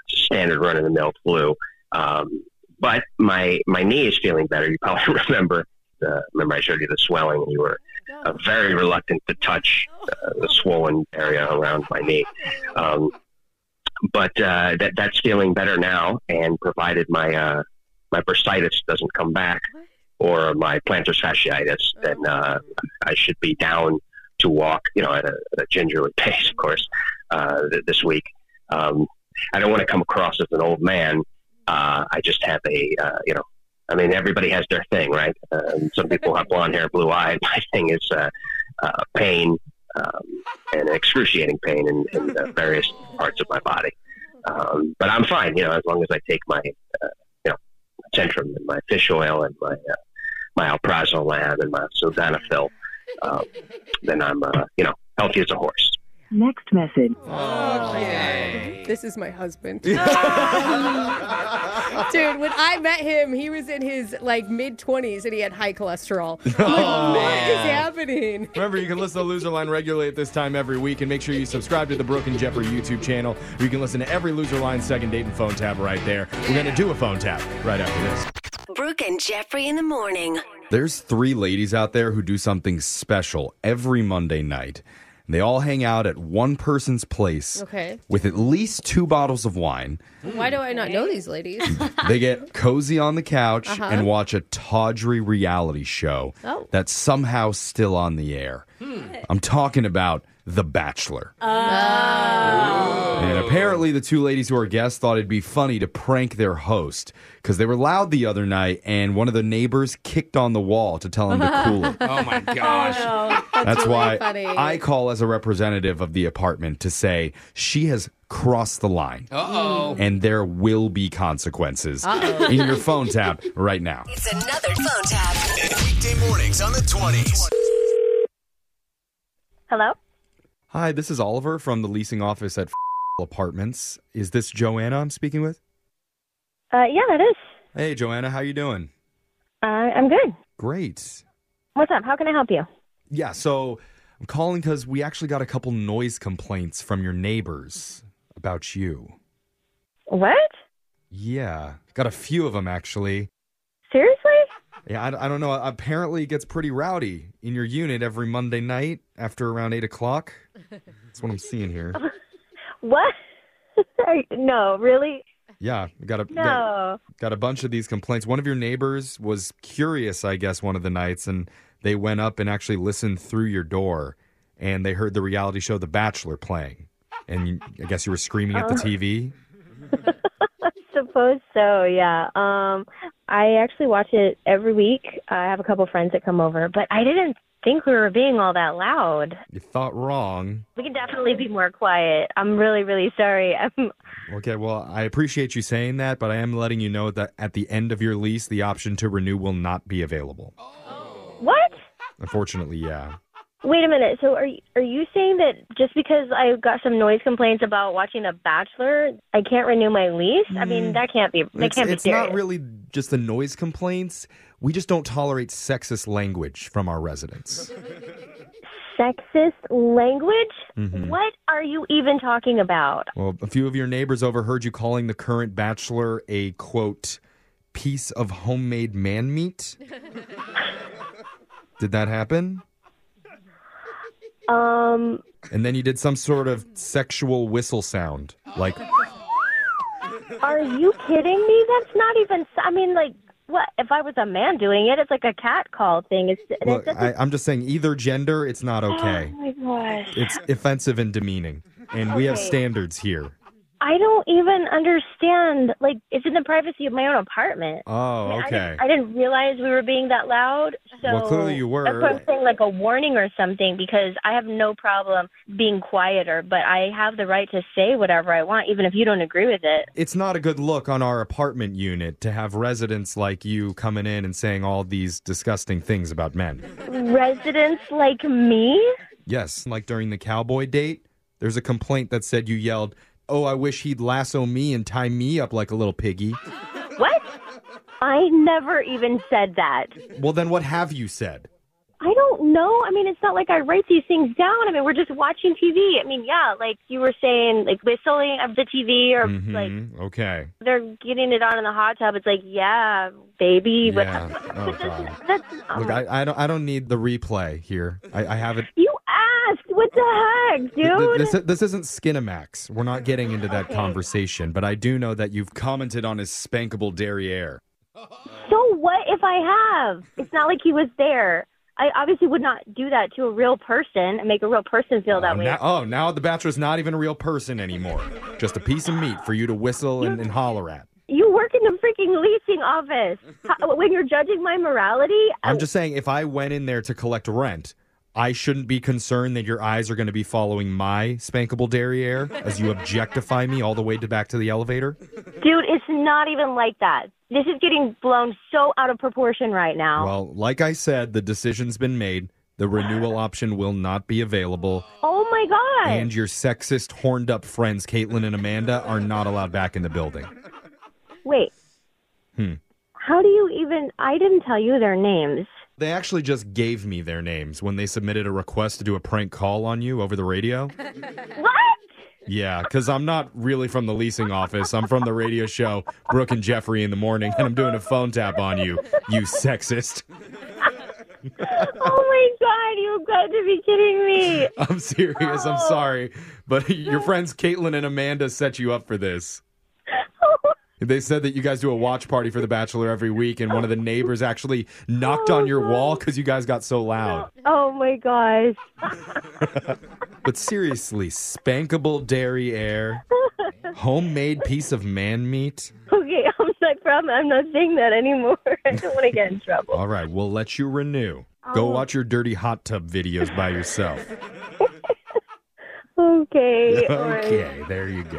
standard run of the mill flu. Um, but my, my knee is feeling better. You probably remember. Uh, remember, I showed you the swelling. You were uh, very reluctant to touch uh, the swollen area around my knee. Um, but uh, that that's feeling better now. And provided my uh, my bursitis doesn't come back or my plantar fasciitis, then uh, I should be down to walk. You know, at a, at a gingerly pace, of course, uh, th- this week. Um, I don't want to come across as an old man. Uh, I just have a uh, you know. I mean, everybody has their thing, right? Um, some people have blonde hair, blue eyes. My thing is uh, uh, pain, um, and excruciating pain in, in uh, various parts of my body. Um, but I'm fine, you know, as long as I take my, uh, you know, Centrum and my fish oil and my uh, my alprazolam and my sildenafil, um, then I'm, uh, you know, healthy as a horse.
Next message.
This is my husband. Dude, when I met him, he was in his like mid 20s and he had high cholesterol. I'm like,
Oh,
what is
man.
happening?
Remember, you can listen to Loser Line regularly at this time every week, and make sure you subscribe to the Brooke and Jeffrey YouTube channel. Where you can listen to every Loser Line second date and phone tap right there. We're gonna do a phone tap right after this.
Brooke and Jeffrey in the morning.
There's three ladies out there who do something special every Monday night. They all hang out at one person's place
Okay.
with at least two bottles of wine.
Why do I not know these ladies?
They get cozy on the couch
Uh-huh.
and watch a tawdry reality show
Oh.
that's somehow still on the air. I'm talking about The Bachelor.
Uh,
And apparently, the two ladies who are guests thought it'd be funny to prank their host because they were loud the other night, and one of the neighbors kicked on the wall to tell him to cool it.
Oh my gosh.
That's, why I call as a representative of the apartment to say she has crossed the line.
Uh-oh.
And there will be consequences
Uh-oh.
in your phone tap right now.
It's another phone tap.
Weekday mornings on the 20s.
Hello?
Hi, this is Oliver from the leasing office at Apartments. Is this Joanna I'm speaking with?
Uh, yeah, that is.
Hey, Joanna, how you doing?
Uh, I'm good.
Great.
What's up? How can I help you?
Yeah, so I'm calling because we actually got a couple noise complaints from your neighbors about you.
What?
Yeah, got a few of them actually.
Seriously?
Yeah, I, I don't know. Apparently, it gets pretty rowdy in your unit every Monday night after around eight o'clock. That's what I'm seeing here.
What? Are you- no, really?
Yeah, we got a got,
No.
got a bunch of these complaints. One of your neighbors was curious, I guess, one of the nights, and they went up and actually listened through your door, and they heard the reality show The Bachelor playing, and you, I guess you were screaming at the
Oh.
TV.
I suppose so, yeah. Um, I actually watch it every week. I have a couple friends that come over, but I didn't think we were being all that loud.
You thought wrong.
We can definitely be more quiet. I'm really, really sorry. Um, I'm,
Okay, well, I appreciate you saying that, but I am letting you know that at the end of your lease, the option to renew will not be available.
what?
Unfortunately, yeah.
Wait a minute. So are you, are you saying that just because I got some noise complaints about watching The Bachelor, I can't renew my lease? I mean, that can't be. That
It's,
can't
it's
be serious.
not really just the noise complaints. We just don't tolerate sexist language from our residents.
Sexist language?
Mhm.
What are you even talking about?
Well, a few of your neighbors overheard you calling the current bachelor a quote piece of homemade man meat. Did that happen?
Um,
And then you did some sort of sexual whistle sound, like
are you kidding me? That's not even. I mean, like, what? If I was a man doing it, it's like a cat call thing. It's, and
Look,
it's just,
I, I'm just saying, either gender, it's not okay.
Oh my gosh.
It's offensive and demeaning, and we have
Okay.
standards here.
I don't even understand. Like, it's in the privacy of my own apartment. I
Oh,
mean, I
okay.
didn't, I didn't realize we were being that loud. So
Well, clearly you were.
That's why I'm saying like a warning or something because I have no problem being quieter, but I have the right to say whatever I want, even if you don't agree with it.
It's not a good look on our apartment unit to have residents like you coming in and saying all these disgusting things about men.
Residents like me?
Yes, like during the cowboy date, there's a complaint that said you yelled, Oh, I wish he'd lasso me and tie me up like a little piggy.
What? I never even said that.
Well, then what have you said?
I don't know. I mean, it's not like I write these things down. I mean, we're just watching TV. I mean, yeah, like you were saying, like whistling of the TV or like
Mhm, okay.
they're getting it on in the hot tub. It's like, yeah, baby. What
Yeah. Oh, God.
That's,
Look, I, I, don't, I don't need the replay here. I, I have it
you asked. What the heck,
Th- th-
dude?
This, this isn't Skinamax. We're not getting into that conversation, but I do know that you've commented on his spankable derriere.
So what if I have? It's not like he was there. I obviously would not do that to a real person and make a real person feel that
Oh,
way.
now, oh, now the bachelor's not even a real person anymore. Just a piece of meat for you to whistle and, and holler at.
You work in the freaking leasing office. How, when you're judging my morality,
I'm just saying, if I went in there to collect rent, I shouldn't be concerned that your eyes are going to be following my spankable derriere as you objectify me all the way to back to the elevator.
dude, it's not even like that. This is getting blown so out of proportion right now.
Well, like I said, the decision's been made. The renewal option will not be available.
oh my god.
And your sexist, horned up friends, Caitlin and Amanda, are not allowed back in the building.
Wait,
Hmm.
how do you even I didn't tell you their names.
They actually just gave me their names when they submitted a request to do a prank call on you over the radio.
What?
Yeah, because I'm not really from the leasing office. I'm from the radio show Brooke and Jeffrey in the morning, and I'm doing a phone tap on you, you sexist.
oh my god, you've got to be kidding me.
I'm serious. I'm sorry. But your friends Caitlin and Amanda set you up for this. They said that you guys do a watch party for The Bachelor every week, and one of the neighbors actually knocked on your wall because you guys got so loud.
Oh my gosh.
But seriously, spankable derriere, homemade piece of man meat.
Okay, I'm not from I'm not saying that anymore. I don't want to get in trouble.
All right, we'll let you renew. Go
Oh.
watch your dirty hot tub videos by yourself.
Okay. um, all right.
Okay, there you go.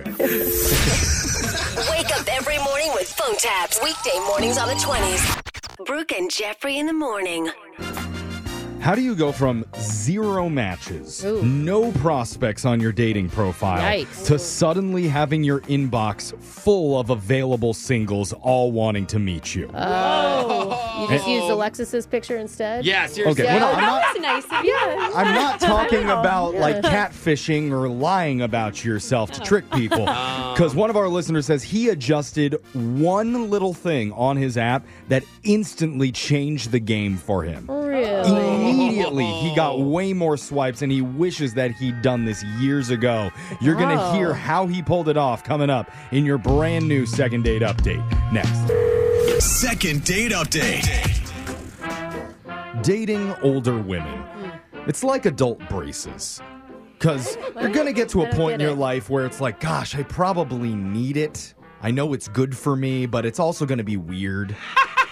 Wake up every morning with phone taps. Weekday mornings on the 20s. Brooke and Jeffrey in the morning.
How do you go from zero matches, no prospects on your dating profile,
Yikes.
to suddenly having your inbox full of available singles all wanting to meet you?
Oh, you just
Whoa.
used Alexis's picture instead.
Yeah, seriously. Okay, well, no, I'm
that was nice. Of you. Yeah,
I'm not talking
Wow.
about like
Yeah.
catfishing or lying about yourself to trick people. Because one of our listeners says he adjusted one little thing on his app that instantly changed the game for him. Immediately, he got way more swipes, and he wishes that he'd done this years ago. You're going
Wow.
to hear how he pulled it off coming up in your brand new second date update next.
Second date update.
Dating older women. It's like adult braces. Because you're going to get to
I
a
don't
point
get
in your
it.
life where it's like, gosh, I probably need it. I know it's good for me, but it's also going to be weird.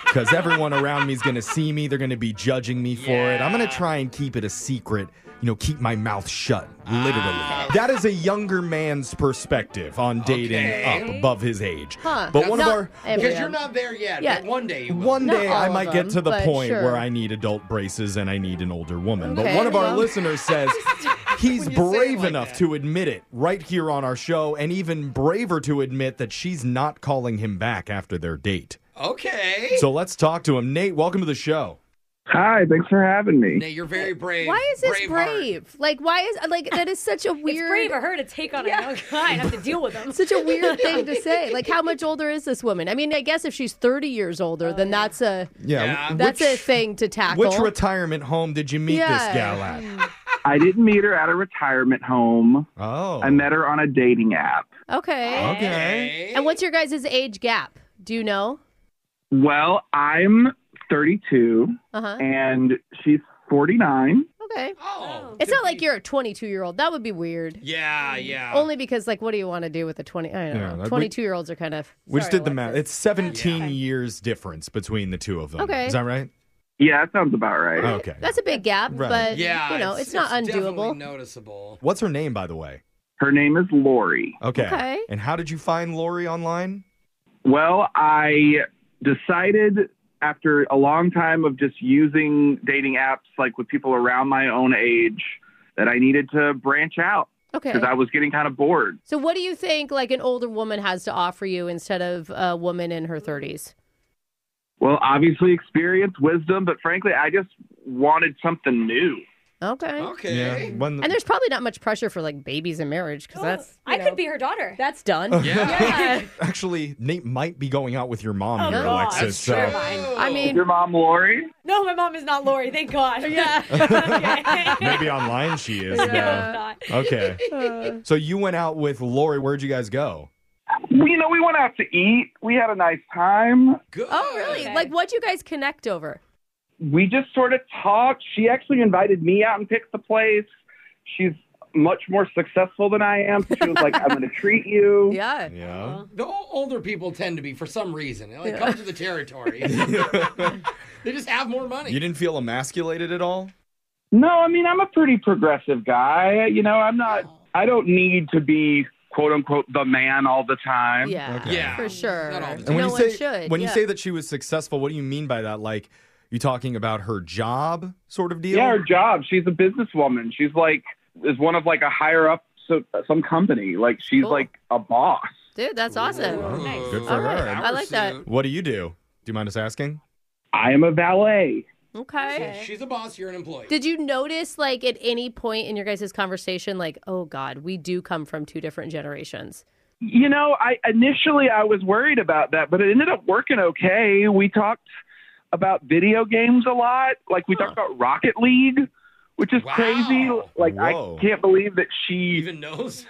Because everyone around me is going to see me. They're going to be judging me for it. I'm going to try and keep it a secret. you know, keep my mouth shut, literally.
Ah.
That is a younger man's perspective on dating
Okay.
up above his age.
Huh.
But one
Not
of our
Because you're not there yet.
Yeah.
But one day you will.
One day I might get to the
but
point
sure.
where I need adult braces and I need an older woman. but
Okay,
one of our
well.
listeners says he's brave enough to admit it right here on our show and even braver to admit that she's not calling him back after their date.
Okay.
So let's talk to him. Nate, welcome to the show.
Hi, thanks for having me.
Nate, you're very brave.
Why is this brave? Like, why is like that is such a weird.
brave of her to take on a young guy and have to deal with him.
Such a weird thing to say. Like, how much older is this woman? I mean, I guess if she's thirty years older, then that's a
Yeah. w-
that's
Uh, which,
a thing to tackle.
Which retirement home did you meet
Yeah.
this gal at?
I didn't meet her at a retirement home.
Oh.
I met her on a dating app.
okay.
Okay.
And what's your guys' age gap? Do you know?
Well, I'm 32
Uh huh.
and she's 49.
Okay. Oh. It's not like you're a 22 year old. That would be weird.
Yeah, yeah.
Only because, like, what do you want to do with a 20? I don't
Yeah, that'd
know.
be-
22 year olds are kind of.
We just
sorry,
did the
what-
math. It's 17 years difference between the two of them.
Okay.
Is that right?
Yeah, that sounds about right.
Okay.
That's a big gap,
Right.
but,
Yeah,
you know,
it's-
it's, not
it's definitely
undoable.
Noticeable.
What's her name, by the way?
Her name is Lori.
Okay.
Okay.
And how did you find Lori online?
Well, I decided after a long time of just using dating apps like with people around my own age that I needed to branch out
Okay.
because I was getting kind of bored.
So, what do you think, like, an older woman has to offer you instead of a woman in her 30s?
Well, obviously experience, wisdom, but frankly, I just wanted something new.
Okay.
Okay. Yeah,
and there's probably not much pressure for, like, babies in marriage
Oh,
because that's.
I could be her daughter.
That's
Oh,
done.
Actually, Nate might be going out with your mom
Oh,
here,
God.
Alexis.
That's
so.
true. Fine. I mean-
your mom, Lori?
No, my mom is not Lori. Thank God. Yeah.
Maybe online she is.
Yeah.
yeah. Okay. So you went out with Lori. Where'd you guys go?
We- You know, we went out to eat. We had a nice time.
Oh, really? Like, what'd you guys connect over?
We just sort of talked. She actually invited me out and picked the place. She's much more successful than I am. So she was like, I'm going to treat you.
Yeah.
Yeah.
The o- older people tend to be for some reason. It like
Yeah.
comes with the territory. they just have more money.
You didn't feel emasculated at all?
No, I mean, I'm a pretty progressive guy. You know, I'm not, I don't need to be quote unquote the man all the time.
Yeah.
Okay. Yeah.
For sure.
when
no
you
one
say
should.
when you
yeah.
say that she was successful, what do you mean by that? Like you talking about her job sort of deal?
Yeah, her job. She's a businesswoman. She's like, is one of like a higher up, so, some company. Like, she's like a boss.
Dude, that's awesome.
Good for
All right.
her.
I like that.
What do you do? Do you mind us asking?
I am a valet.
Okay.
She's a boss. You're an employee.
Did you notice, like, at any point in your guys' conversation, like, oh God, we do come from two different generations?
You know, I initially I was worried about that, but it ended up working okay. We talked about video games a lot. Like we talked about Rocket League, which is crazy. Like
Whoa.
I can't believe that she
even knows.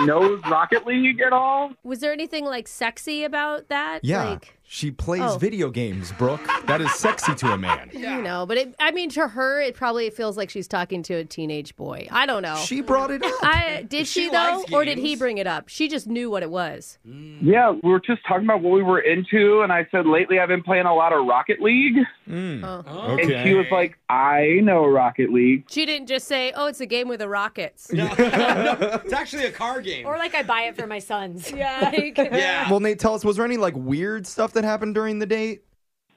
knows Rocket League at all.
Was there anything, like, sexy about that?
Yeah.
Like,
she plays
Oh.
video games, Brooke. That is sexy to a man.
You know, but it, I mean, to her, it probably feels like she's talking to a teenage boy. I don't know.
She brought it up.
I, did she,
She
though,
likes
or did he
games.
bring it up? She just knew what it was.
Yeah, we were just talking about what we were into, and I said lately I've been playing a lot of Rocket League,
Hmm.
Oh.
and she was like, "I know Rocket League."
She didn't just say, "Oh, it's a game with the Rockets."
It's actually a car game.
Or like I buy it for my sons. Yeah.
Well, Nate, tell us, was there any like weird stuff that happened during the date?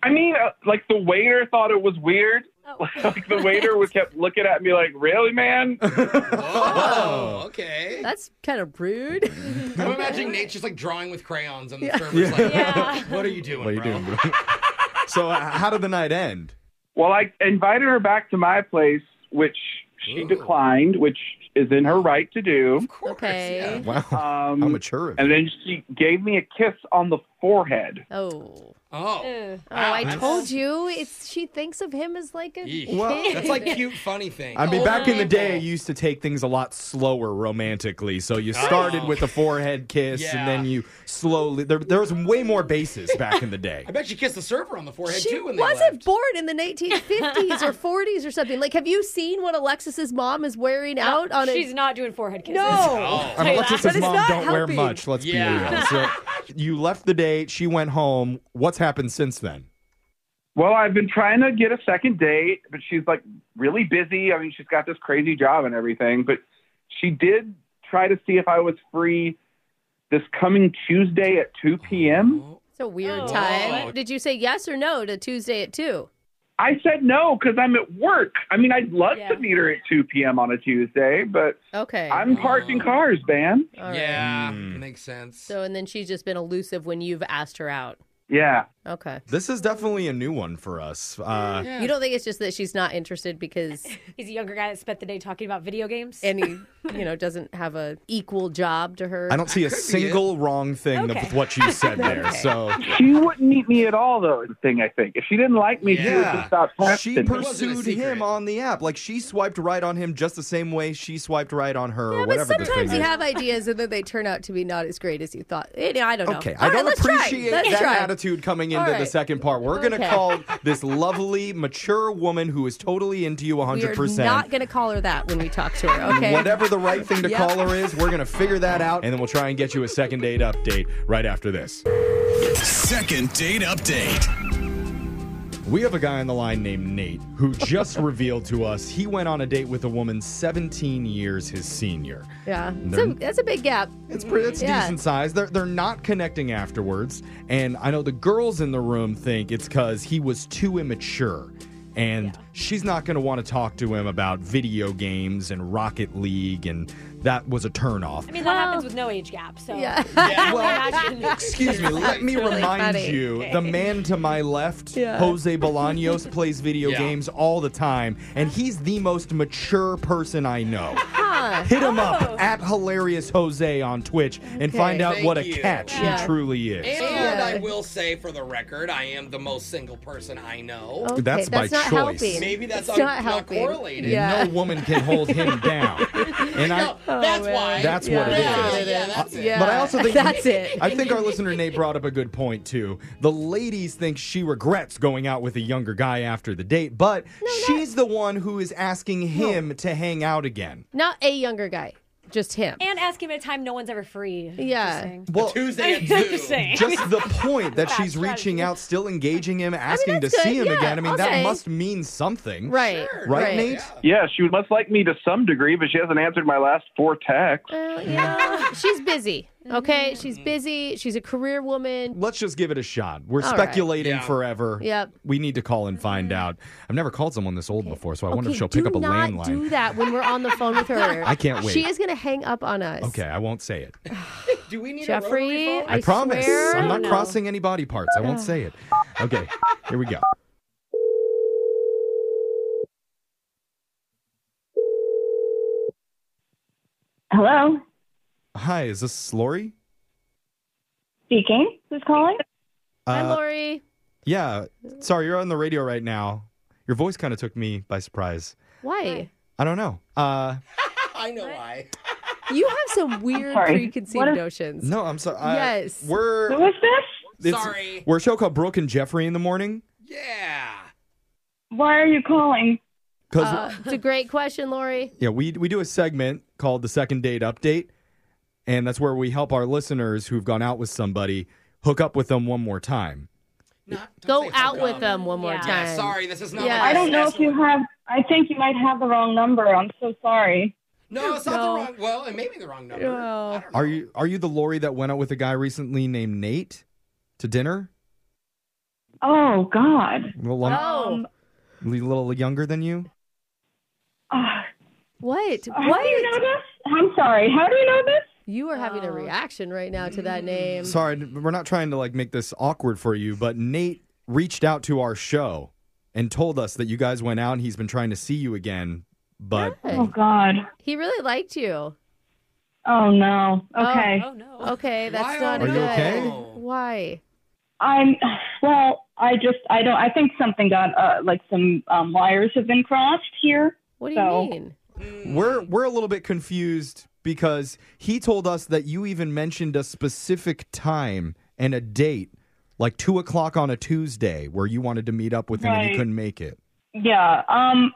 I mean, uh, like the waiter thought it was weird. like the waiter was kept looking at me like, "Really, man?"
Oh, okay.
That's kind of rude.
I'm imagining Nate's just like drawing with crayons, and the server's
Yeah.
like,
Yeah.
"What are you doing,
What are you
bro?"
doing, bro? so, uh, how did the night end?
Well, I invited her back to my place, which she declined, which is in her right to do. Of course.
Okay.
Wow.
Um,
How mature.
And then she gave me a kiss on the forehead.
Oh.
Oh.
Oh,
Wow,
I
that's-
told you. It's she thinks of him as like a
Yeesh.
kid.
that's like cute, funny thing. Oh,
I mean, back in the day, you used to take things a lot slower romantically. So you started
Oh.
with a forehead kiss, and then you slowly. There, there was way more bases back in the day.
I bet she kissed the server on the forehead
She
too when they
wasn't
left.
born in the 1950s or 40s or something. Like, have you seen what Alexis's mom is wearing out on?
She's not doing forehead kisses.
No.
And Alexis's mom don't wear
helping.
much. Let's
Oh. Yeah.
be real. So you left the date. She went home. What's happened since then?
Well, I've been trying to get a second date, but she's like really busy. I mean, she's got this crazy job and everything, but she did try to see if I was free this coming Tuesday at 2 p.m.
It's a
Oh.
weird time. Did you say yes or no to Tuesday at 2?
I said no because I'm at work. I mean, I'd love to meet her at 2 p.m. on a Tuesday, but
Okay.
I'm parked in cars, man.
Yeah,
hmm.
makes sense.
So, and then she's just been elusive when you've asked her out.
Yeah.
Okay.
This is definitely a new one for us. Uh,
You don't think it's just that she's not interested because
He's a younger guy that spent the day talking about video games.
and he, you know, doesn't have a equal job to her?
I don't see a single wrong thing of what you said there.
Okay.
So
She wouldn't meet me at all, though, is the thing I think. If she didn't like me, she would
Yeah.
just stop texting
she
me.
pursued him on the app. Like she swiped right on him just the same way she swiped right on her or whatever the thing
Sometimes you
is.
have ideas and then they turn out to be not as great as you thought. Eh, I don't know.
Okay,
All
I
right,
don't
let's try.
appreciate
Let's
that
try.
attitude coming
All
into the
right.
second part. We're
Okay.
gonna call this lovely, mature woman who is totally into you 100.
We're
percent
not going to call her that when we talk to her, okay?
Whatever the right thing to
Yep.
call her is, we're gonna figure that out, and then we'll try and get you a second date update right after this.
Second date update.
We have a guy on the line named Nate who just revealed to us he went on a date with a woman 17 years his senior.
Yeah.
They're-
So that's a big gap.
It's pretty. It's decent size. They're they're not connecting afterwards, and I know the girls in the room think it's because he was too immature, and she's not going to want to talk to him about video games and Rocket League, and that was a turnoff.
I mean, that happens with no age gap. So
yeah.
well,
Excuse me. Let me remind you, the man to my left,
Yeah.
Jose Bolaños, plays video games all the time, and he's the most mature person I know. Hit him
Oh.
up at hilarious Jose on Twitch and
Oh. Okay.
find out what a
Thank you.
catch
Yeah.
he truly is.
And
Yeah.
I will say, for the record, I am the most single person I know.
Okay, That's by that's not choice. helping.
Maybe that's
It's
un- not,
not helping.
correlated.
Yeah.
No woman can hold him down. And I
That's
Oh,
why.
That's what it
Yeah,
is.
yeah, that's it.
But I also think
that's it.
I think our listener Nate brought up a good point too. The ladies think she regrets going out with a younger guy after the date, but she's the one who is asking him to hang out again.
Not a younger guy, just him.
and ask him at a time no one's ever free.
Yeah.
Well,
Tuesday at
I'm
two.
just saying.
Just the point that she's reaching out, still engaging him, asking to
that's
see
good.
him
Yeah,
again. I mean,
I'll
that
say.
must mean something.
Right.
Right, Nate?
Yeah, she must like me to some degree, but she hasn't answered my last four texts.
Well, yeah. She's busy, okay?
Mm.
She's busy. She's a career woman.
Let's just give it a shot. We're
All right.
speculating forever.
Yep. Mm-hmm.
We need to call and find out. I've never called someone this old before, so I wonder
okay,
if she'll pick
do
up a
not
landline.
do that when we're on the phone with her.
I can't wait.
She is going to hang up on us.
Okay, I won't say it.
Do we need
Jeffrey,
a rotary
I,
I, promise.
swear-
I'm not crossing any body parts. I won't say it. Okay, here we go.
Hello,
Hi, is this Lori?
speaking. Who's calling?
Hi,
Uh,
Lori.
yeah. Sorry, you're on the radio right now. Your voice kind of took me by surprise.
Why?
I don't know. Uh,
phone? I know why.
You have some weird
sorry.
preconceived
What if-
notions.
no, I'm sorry. Uh,
Yes.
We're
this?
it's-
Sorry.
We're a show called Brooke and Jeffrey in the morning
Yeah.
Why are you calling?
because
Uh, it's a great question, Lori.
yeah, we we do a segment called the Second Date Update, and that's where we help our listeners who've gone out with somebody hook up with them one more time.
Go out with them one more
Yeah,
time.
sorry, this is not
Yeah.
what
I don't know if you have. I think you might have the wrong number. I'm so sorry.
No, it's not
No.
the wrong. Well, it may be the wrong number.
Are you are you the Lori that went out with a guy recently named Nate to dinner?
Oh God.
A little, a
Oh.
Um,
little younger than you.
ah,
What?
how do you
What?
know this? I'm sorry. How do you know this? Oh.
You are having a reaction right now to that name.
Sorry, we're not trying to like make this awkward for you, but Nate reached out to our show and told us that you guys went out and he's been trying to see you again, but
Oh God.
He really liked you.
Oh no. Okay.
Oh no.
Okay, that's
Why, oh,
not
Are
good.
you okay?
Why?
I'm. Well, I just. I don't. I think something got. Uh, like some um, wires have been crossed here.
What do
So-
you mean?
we're we're a little bit confused because he told us that you even mentioned a specific time and a date, like two o'clock on a Tuesday, where you wanted to meet up with him and you
Right.
couldn't make it.
Yeah. Um.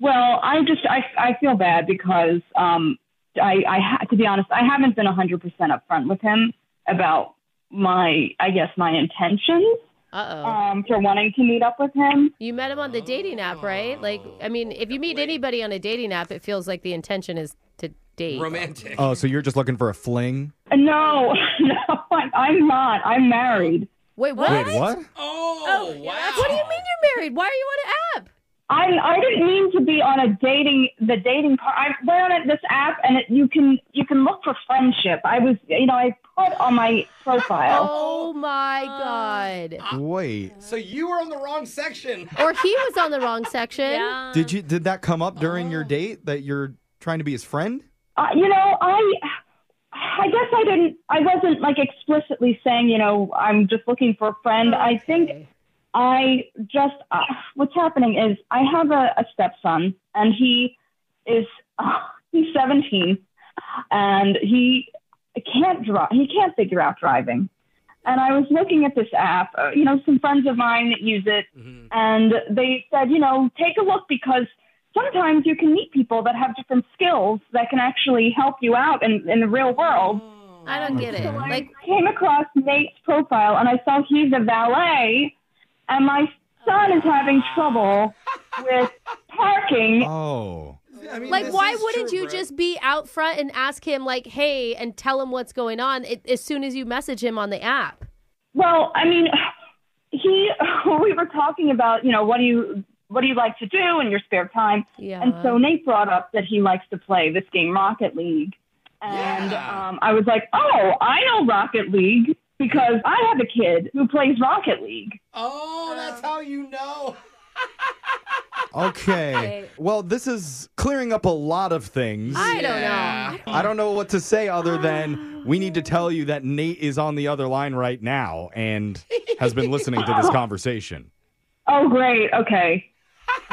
Well, I just. I. I feel bad because. Um. I. I. Ha- to be honest, I haven't been 100% upfront with him about my. I guess my intentions.
Uh-oh.
um, for wanting to meet up with him.
You met him on the dating app, right? Like, I mean, if you meet anybody on a dating app, it feels like the intention is to date.
Romantic.
Oh, so you're just looking for a fling?
Uh, No, no, I- I'm not. I'm married.
Wait,
Wait, what?
Oh, wow.
What do you mean you're married? Why are you on an app?
I I didn't mean to be on a dating the dating part. I went on it- this app and it, you can you can look for friendship. I was you know I put on my profile.
Oh my god.
Wait.
So you were on the wrong section.
Or he was on the wrong section.
Did you did that come up during your date that you're trying to be his friend?
Uh, you know I I guess I didn't I wasn't like explicitly saying you know I'm just looking for a friend. I think I just uh, what's happening is I have a, a stepson and he is uh, he's 17 and he can't drive. He can't figure out driving. And I was looking at this app. Uh, you know, some friends of mine that use it, and they said, you know, take a look because sometimes you can meet people that have different skills that can actually help you out in, in the real world.
I don't get it. Like
I came across Nate's profile and I saw he's a valet, and my son is having trouble with parking.
Oh.
like why wouldn't you just be out front and ask him like, "Hey," and tell him what's going on it, as soon as you message him on the app?
Well, I mean, he we were talking about, you know, what do you what do you like to do in your spare time?
Yeah.
And so Nate brought up that he likes to play this game Rocket League. And um, I was like, "Oh, I know Rocket League because I have a kid who plays Rocket League."
Oh, that's how you know.
Okay. Well, this is clearing up a lot of things.
I don't know.
I don't know what to say other than we need to tell you that Nate is on the other line right now and has been listening to this conversation.
Oh, great. Okay.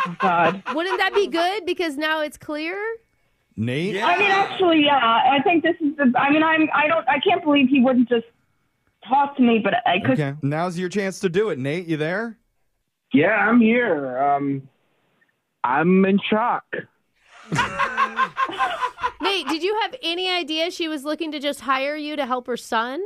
Oh, God.
Wouldn't that be good because now it's clear?
Nate?
I mean, actually, yeah. I think this is the. I mean, I'm. I don't. I can't believe he wouldn't just talk to me, but I could.
Okay. Now's your chance to do it, Nate. You there?
Yeah, I'm here. Um, I'm in shock.
Nate, did you have any idea she was looking to just hire you to help her son?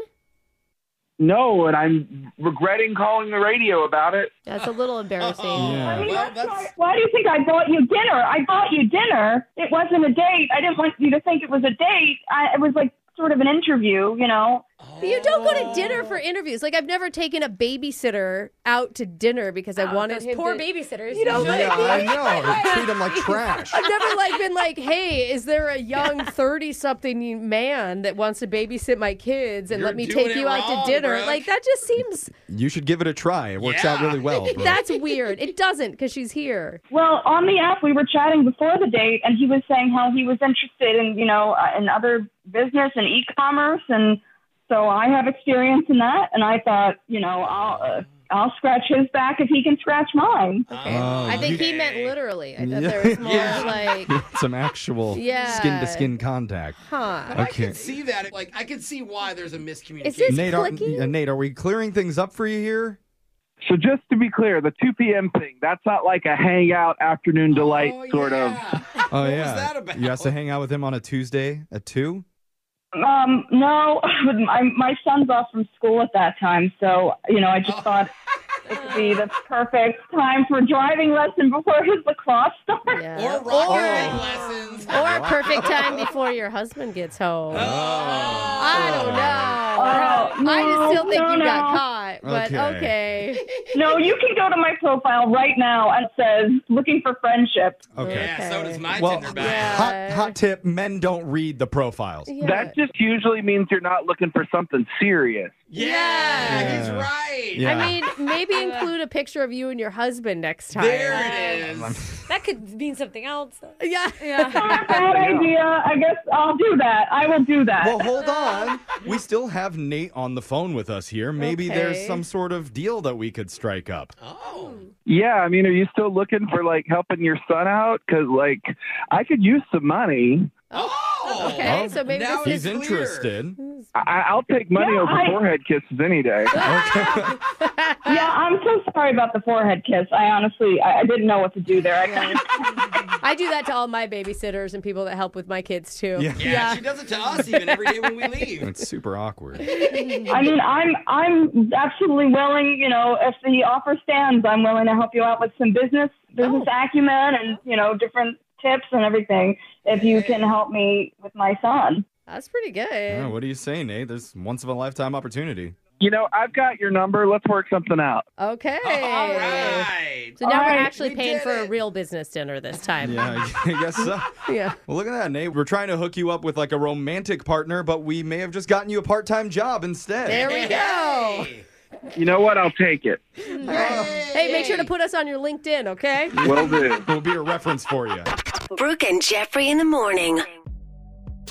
No, and I'm regretting calling the radio about it.
That's a little embarrassing.
I mean, that's why, why do you think I bought you dinner? I bought you dinner. It wasn't a date. I didn't want you to think it was a date. I, it was like sort of an interview, you know.
You don't go to dinner for interviews. Like I've never taken a babysitter out to dinner because
Oh,
I wanted
those
him
poor
to-
babysitters.
You know,
Yeah,
like,
I
know. Treat him like trash.
I've never like been like, hey, is there a young thirty-something man that wants to babysit my kids and
You're
let me
doing
take
it
you out
wrong,
to dinner?
Brooke.
Like that just seems
You should give it a try. It works out really well. bro.
that's weird. It doesn't because she's here.
Well, on the app, we were chatting before the date, and he was saying how he was interested in, you know, uh, in other business and e-commerce, and so I have experience in that, and I thought, you know, I'll uh, I'll scratch his back if he can scratch mine.
Oh,
I think
you-
he meant literally. I thought
Yeah.
there was more
Yeah.
like,
some actual
Yeah.
skin to skin contact.
huh?
But I
Okay.
can see that. Like, I can see why there's a miscommunication.
Nate, are, yeah, Nate, are we clearing things up for you here?
So just to be clear, the 2 p.m. thing, that's not like a hangout afternoon delight sort of.
Oh yeah. that about? You asked to hang out with him on a Tuesday at two.
Um, no, my, my son's off from school at that time, so you know, I
Oh.
just thought it would be the perfect time for driving lesson before his lacrosse starts.
Or
lessons.
Or a perfect time before your husband gets home. I don't
Oh,
know. I just
no,
still think
no,
you got
no.
caught, but
Okay.
okay.
No, you can go to my profile right now and it says looking for friendship.
Okay.
Yeah, so does my
well,
Tinder bio.
hot, hot tip: men don't read the profiles.
That just usually means you're not looking for something serious.
Yeah,
he's
right.
I mean, maybe include a picture of you and your husband next time.
There it is.
That could mean something else.
Yeah.
Yeah.
Bad idea. I guess I'll do that. I will do that.
Well, hold on. We still have Nate on the phone with us here. Maybe there's
Okay.
some sort of deal that we could strike up.
Oh,
Yeah, I mean, are you still looking for like helping your son out? Because like, I could use some money.
Okay,
Oh,
so maybe
now
this
he's
is
interested.
I- I'll take money
Yeah,
over
I-
forehead kisses any day.
yeah, I'm so sorry about the forehead kiss. I honestly, I, I didn't know what to do there. I kind of
I do that to all my babysitters and people that help with my kids too.
Yeah.
Yeah, she does it to us even every day when we leave.
It's super awkward.
I mean, I'm I'm absolutely willing. You know, if the offer stands, I'm willing to help you out with some business business
Oh.
acumen and you know different tips and everything. If you can help me with my son,
that's pretty good.
Yeah, what do you say, Nate? There's once in a lifetime opportunity.
You know, I've got your number. Let's work something out.
Okay.
Oh,
All right. So now we're actually paying for a real business dinner this time.
Yeah, I guess so.
Yeah.
Well, look at that, Nate. We're trying to hook you up with like a romantic partner, but we may have just gotten you a part time job instead.
There we go.
You know what? I'll take it.
Hey, make sure to put us on your LinkedIn, okay?
Will do.
We'll be a reference for you.
Brooke and Jeffrey in the morning.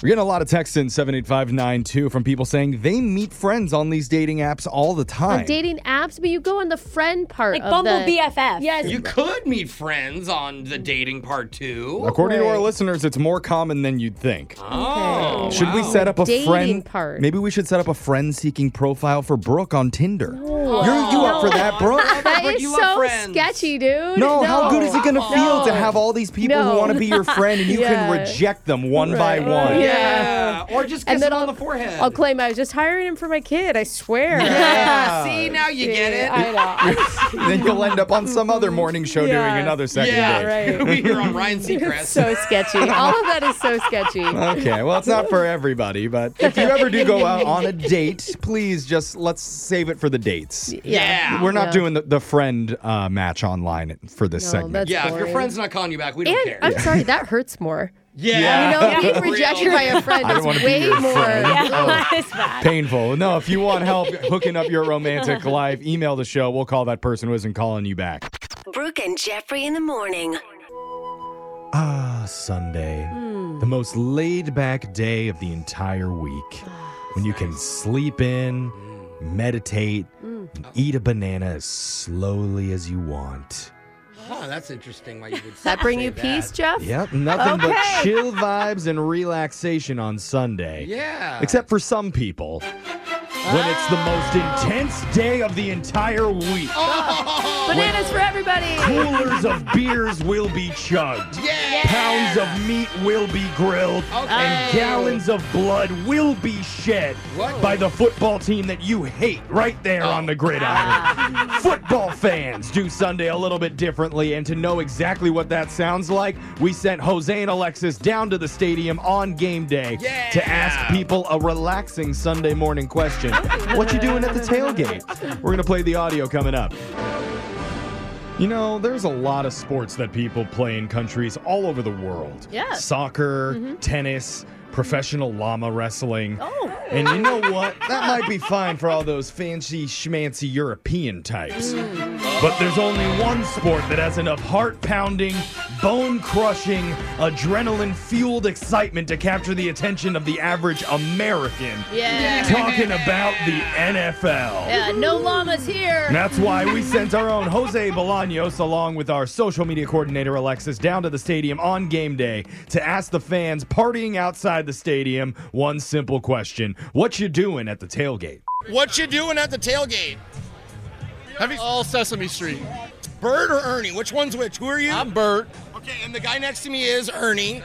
We're getting a lot of texts in 78592 from people saying they meet friends on these dating apps all the
On
time.
dating apps, but you go on the friend part.
Like
of
Bumble
the-
BFF.
Yes.
You could meet friends on the dating part two.
According to our listeners, it's more common than you'd think.
Oh,
Should we
wow.
set up a
Dating
friend?
part.
Maybe we should set up a friend-seeking profile for Brooke on Tinder.
Oh.
You're you up for that, Brooke?
That
Brooke,
is
you love
so
friends.
sketchy, dude.
No, how good is it going to feel
No.
to have all these people
No.
who want to be your friend and you
Yeah.
can reject them one by
Right.
one?
Yeah. Or just kiss
And then
them on
I'll-
the forehead.
I'll claim I was just hiring him for my kid. I swear.
Yeah. See, now you get it.
Uh, I know.
then you'll end up on some other morning show
Yeah.
doing another second date.
yeah,
right.
we were on Ryan Seacrest.
It's so sketchy. All of that is so sketchy.
Okay, well, it's not for everybody, but if you ever do go out on a date, please just let's save it for the dates.
Yeah.
We're not
Yeah.
doing the, the friend uh, match online for this
No,
segment.
that's
yeah, if
boring.
your friend's not calling you back, we don't
And
care.
I'm sorry, that hurts more.
yeah.
You know, being rejected by a friend
I don't wanna
is
be
way
your
more.
friend.
Yeah, it's bad.
Painful. No, if you want help hooking up your romantic life, email the show. We'll call that person who isn't calling you back.
Brooke and Jeffrey in the morning.
Ah, Sunday.
Hmm.
The most laid back day of the entire week. when you can sleep in, meditate, and eat a banana as slowly as you want.
Huh, that's interesting why you would
That bring you
say
peace,
that.
Jeff?
Yep, nothing
Okay.
but chill vibes and relaxation on Sunday.
Yeah.
Except for some people. When it's the most intense day of the entire week.
Oh.
Oh.
Bananas for everybody.
Oh. Coolers of beers will be chugged.
Yeah.
Pounds of meat will be grilled.
Okay.
And gallons of blood will be shed
What?
by the football team that you hate right there on the
Oh.
gridiron. football fans do Sunday a little bit differently. And to know exactly what that sounds like, we sent Jose and Alexis down to the stadium on game day
Yeah.
to ask people a relaxing Sunday morning question. what you doing at the tailgate? We're going to play the audio coming up. You know, there's a lot of sports that people play in countries all over the world.
Yeah.
Soccer, tennis, professional llama wrestling.
Mm-hmm. Oh.
And you know what? That might be fine for all those fancy schmancy European types.
Mm.
But there's only one sport that has enough heart pounding, bone crushing, adrenaline fueled excitement to capture the attention of the average American.
Yeah.
Talking about the NFL.
Yeah, no llamas here.
And That's why we sent our own Jose Bolaños along with our social media coordinator Alexis down to the stadium on game day to ask the fans partying outside the stadium one simple question: What you doing at the tailgate?
What you doing at the tailgate? Have you all Sesame Street? Bert or Ernie? Which one's which? Who are you? I'm Bert. Okay, and the guy next to me is Ernie.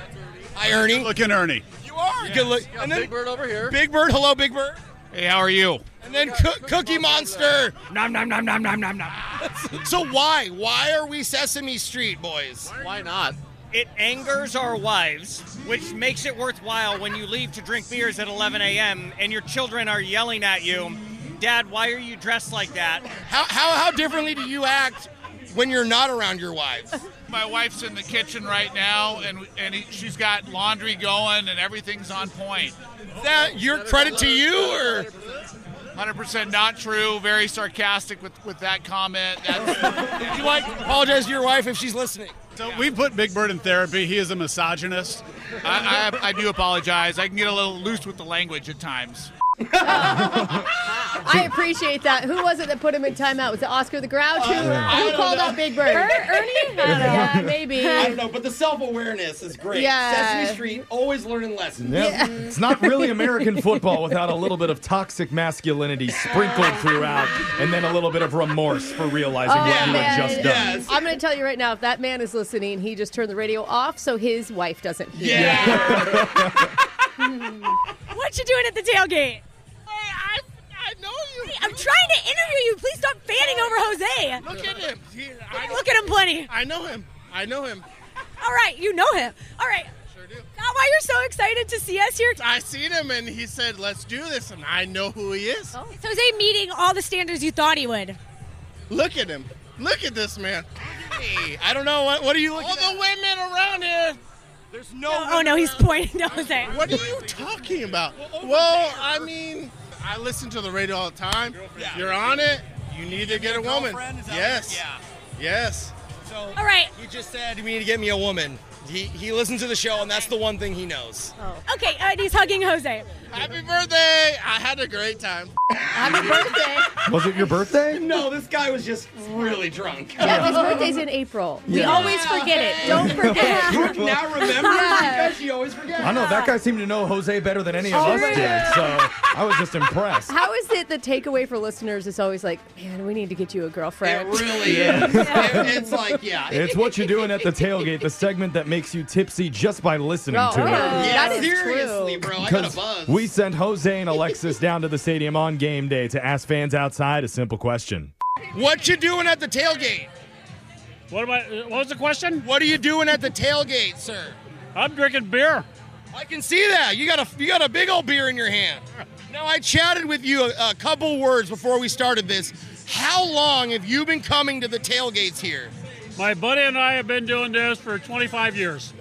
Hi, Ernie. Looking Ernie. You are good look. and then Big Bird over here. Big Bird, hello, Big Bird. Hey, how are you? And then Coo- Cookie Monster. Nom nom nom nom nom nom nom. so why why are we Sesame Street boys? Why not?
It angers our wives, which makes it worthwhile when you leave to drink beers at 11 a.m. and your children are yelling at you, Dad, why are you dressed like that?
How how how differently do you act when you're not around your wives?
My wife's in the kitchen right now, and and he, she's got laundry going, and everything's on point.
Is that your credit to you or?
100% not true. Very sarcastic with, with that comment. That's,
Would you like to apologize to your wife if she's listening?
so we put Big Bird in therapy. He is a misogynist. I, I, I do apologize. I can get a little loose with the language at times.
I appreciate that. Who was it that put him in timeout? Was it Oscar the Grouch? Who,
Uh, I
who
don't
called
know.
out Big Bird?
Er-
Ernie? yeah, Uh, maybe.
I don't know, but the self awareness is great.
Yeah.
Sesame Street, always learning lessons.
Yeah. It's not really American football without a little bit of toxic masculinity sprinkled throughout and then a little bit of remorse for realizing
Oh,
what you
man.
had just done.
I'm going to tell you right now if that man is listening, he just turned the radio off so his wife doesn't hear.
What you doing at the tailgate? I, I know you. I'm trying to interview you. Please stop fanning over Jose.
Look at him. He- I-
Look at him plenty.
I know him. I know him.
All right, you know him. All right. Sure do. Not why you're so excited to see us here.
I seen him and he said, "Let's do this," and I know who he is.
Oh. Is Jose meeting all the standards you thought he would?
Look at him. Look at this man. Hey,
I don't know. What, what are you looking
All the women around here. There's no.
Oh no, he's pointing to Jose.
What are you talking about? Well, I mean, I listen to the radio all the time. You're on it. You need to get a woman. Yes. Yes.
So,
All right.
He just said, "You need to get me a woman." He he listens to the show, and that's the one thing he knows.
Okay, uh, and he's hugging Jose.
Happy birthday! I had a great time.
Happy birthday.
Was it your birthday?
No, this guy was just really drunk.
Yeah, his birthday's in April. We
Yeah.
always forget it. Don't forget.
You can now remember
Yeah.
because you always forget.
I don't know. That guy seemed to know Jose better than any of us
Sure.
did. So I was just impressed.
How is it the takeaway for listeners is always like, man, we need to get you a girlfriend?
It really is. It- it's like, yeah.
It's what you're doing at the tailgate, the segment that makes you tipsy just by listening
Oh,
to it.
that is
seriously,
true.
bro. I got a
Because
buzz.
we sent Jose and Alexis down to the stadium on game day to ask fans outside a simple question.
What you doing at the tailgate? What am I? What was the question? What are you doing at the tailgate, sir? I'm drinking beer.
I can see that. You got a you got a big old beer in your hand. Now I chatted with you a, a couple words before we started this. How long have you been coming to the tailgates here?
My buddy and I have been doing this for 25 years.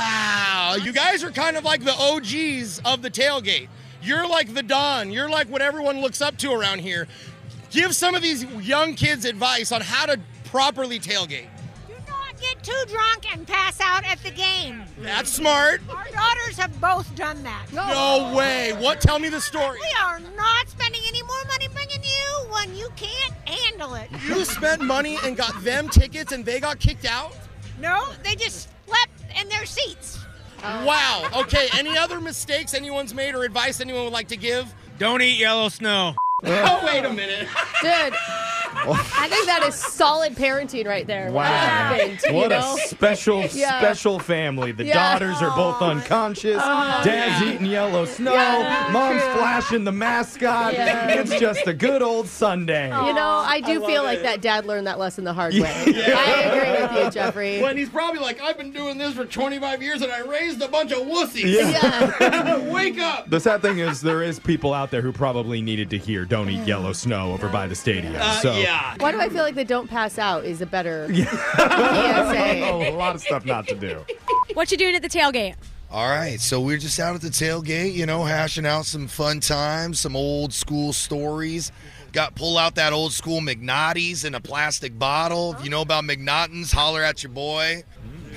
Wow, you guys are kind of like the OGs of the tailgate. You're like the Don. You're like what everyone looks up to around here. Give some of these young kids advice on how to properly tailgate.
Get too drunk and pass out at the game.
That's smart.
Our daughters have both done that.
No way. What? Tell me the story.
We are not spending any more money bringing you when you can't handle it.
You spent money and got them tickets and they got kicked out?
No, they just slept in their seats.
Wow. Okay. Any other mistakes anyone's made or advice anyone would like to give?
Don't eat yellow snow.
Oh, wait a minute.
Dude, I think that is solid parenting right there.
Wow.
happened, you
What
know?
a special,
Yeah.
special family. The
Yeah.
daughters are both unconscious.
Aw.
Dad's eating yellow snow.
Yeah,
Mom's
true.
flashing the mascot.
Yeah. Oh.
It's just a good old Sunday.
You know, I do
love
feel like
it.
that dad learned that lesson the hard way. I agree with you, Jeffrey.
When he's probably like, I've been doing this for 25 years and I raised a bunch of wussies.
Yeah.
Wake up.
The sad thing is, there is people out there who probably needed to hear "Don't eat yellow snow" over by the stadium.
Uh,
so
Why do I feel like the don't pass out is a better
a lot of stuff not to do.
What you doing at the tailgate?
All right, so we're just out at the tailgate, you know, hashing out some fun times, some old school stories. Got pull out that old school McNaughty's in a plastic bottle. If you know about McNaughton's, holler at your boy.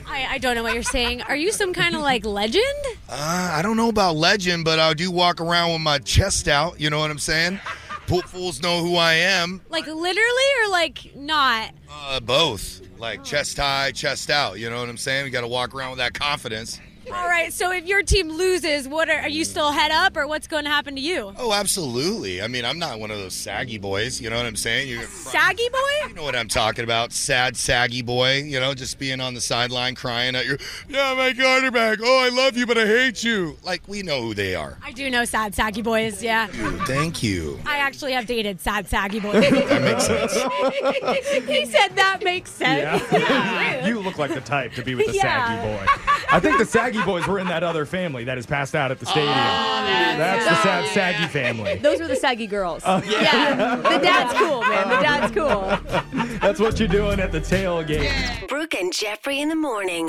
I, I don't know what you're saying. Are you some kind of like legend?
Uh, I don't know about legend, but I do walk around with my chest out. You know what I'm saying? Pool fools know who I am.
Like literally or like not?
Uh, both, like chest high, chest out. You know what I'm saying? We got to walk around with that confidence.
All right. So if your team loses, what are, are you still head up or what's going to happen to you?
Oh, absolutely. I mean, I'm not one of those saggy boys. You know what I'm saying? You're
Saggy boy?
You know what I'm talking about. Sad, saggy boy, you know, just being on the sideline crying at your, yeah, my quarterback. Oh, I love you, but I hate you. Like, we know who they are.
I do know sad saggy boys. Yeah.
Thank you.
I actually have dated sad saggy boys.
That makes sense.
he said that makes sense.
you look like the type to be with the
Yeah.
saggy boy. I think the saggy boys were in that other family that is passed out at the
Oh,
stadium.
Oh.
that's the sad saggy family.
Those were the saggy girls.
Oh,
yeah. The dad's cool, man. The dad's cool.
That's what you're doing at the tailgate.
Brooke and Jeffrey in the morning.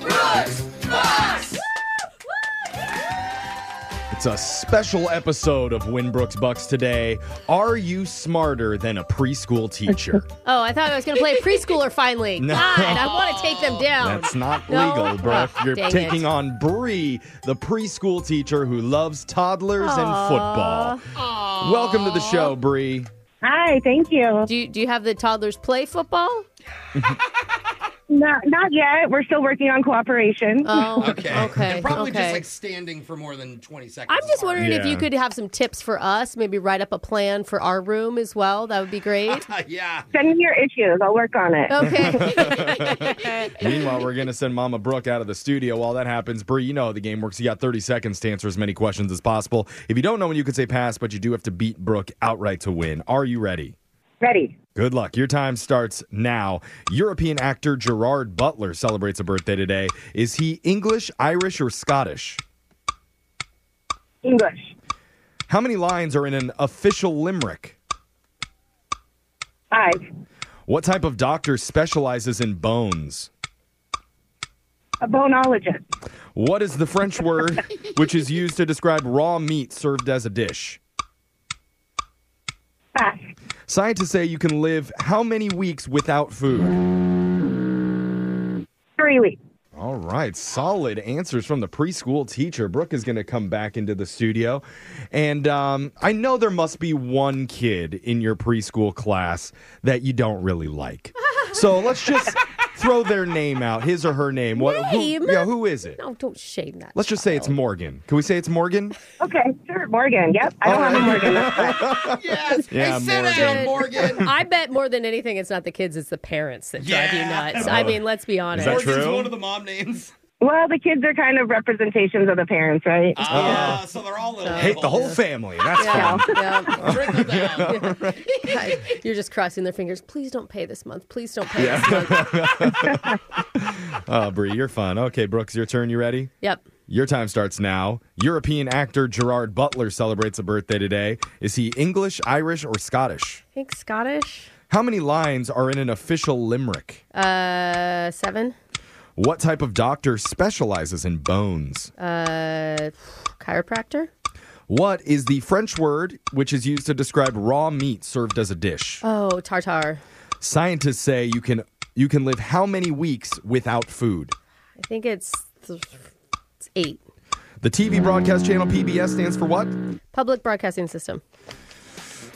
Brooks Fox.
It's It's a special episode of Winbrook's Bucks today. Are you smarter than a preschool teacher?
Oh, I thought I was going to play a preschooler finally.
No.
God, I want to take them down.
That's not
No?
legal, bro.
Oh,
You're
dang
taking
it.
on Bree, the preschool teacher who loves toddlers
Aw.
and football. Welcome to the show, Bree.
Hi, thank you. Do you, do you have the toddlers play football?
Not, not yet. We're still working on cooperation.
Oh,
okay.
okay.
They're probably
okay.
just like standing for more than 20 seconds.
I'm just wondering if
Yeah.
you could have some tips for us. Maybe write up a plan for our room as well. That would be great.
yeah.
Send me your issues. I'll work on it.
Okay.
Meanwhile, we're going to send Mama Brooke out of the studio. While that happens, Bree, you know how the game works. You got 30 seconds to answer as many questions as possible. If you don't know when you can say pass, but you do have to beat Brooke outright to win. Are you ready?
Ready.
Good luck. Your time starts now. European actor Gerard Butler celebrates a birthday today. Is he English, Irish, or Scottish?
English.
How many lines are in an official limerick?
Five.
What type of doctor specializes in bones?
A bonologist.
What is the French word which is used to describe raw meat served as a dish?
Pass.
Scientists say you can live how many weeks without food?
Three weeks.
All right, solid answers from the preschool teacher. Brooke is going to come back into the studio. And um, I know there must be one kid in your preschool class that you don't really like. So let's just throw their name out, his or her name. What, who-
Name?
yeah, who is it?
No, don't shame that.
Let's just say it's Morgan. Can we say it's Morgan?
Okay, sure. Morgan. Yep. I don't have a Morgan.
yes.
Yeah,
Good. I bet more than anything, it's not the kids, it's the parents that drive you nuts. I
Oh.
mean, let's be honest.
that
Morgan's
true?
one of the mom names.
Well, the kids are kind of representations of the parents, right?
Ah,
Yeah, Ah, so they're all little.
Hate Uh, the whole family. That's
yeah,
fun.
yeah. God, You're just crossing their fingers. Please don't pay this month. Please don't pay this month.
Yeah. oh, Bree, you're fun. Okay, Brooks, your turn. You ready?
Yep.
Your time starts now. European actor Gerard Butler celebrates a birthday today. Is he English, Irish, or Scottish?
I think Scottish.
How many lines are in an official limerick?
Uh, seven.
What type of doctor specializes in bones?
Uh, chiropractor.
What is the French word which is used to describe raw meat served as a dish?
Oh, tartar.
Scientists say you can you can live how many weeks without food?
I think it's, th- it's eight.
The TV broadcast channel PBS stands for what?
Public broadcasting system.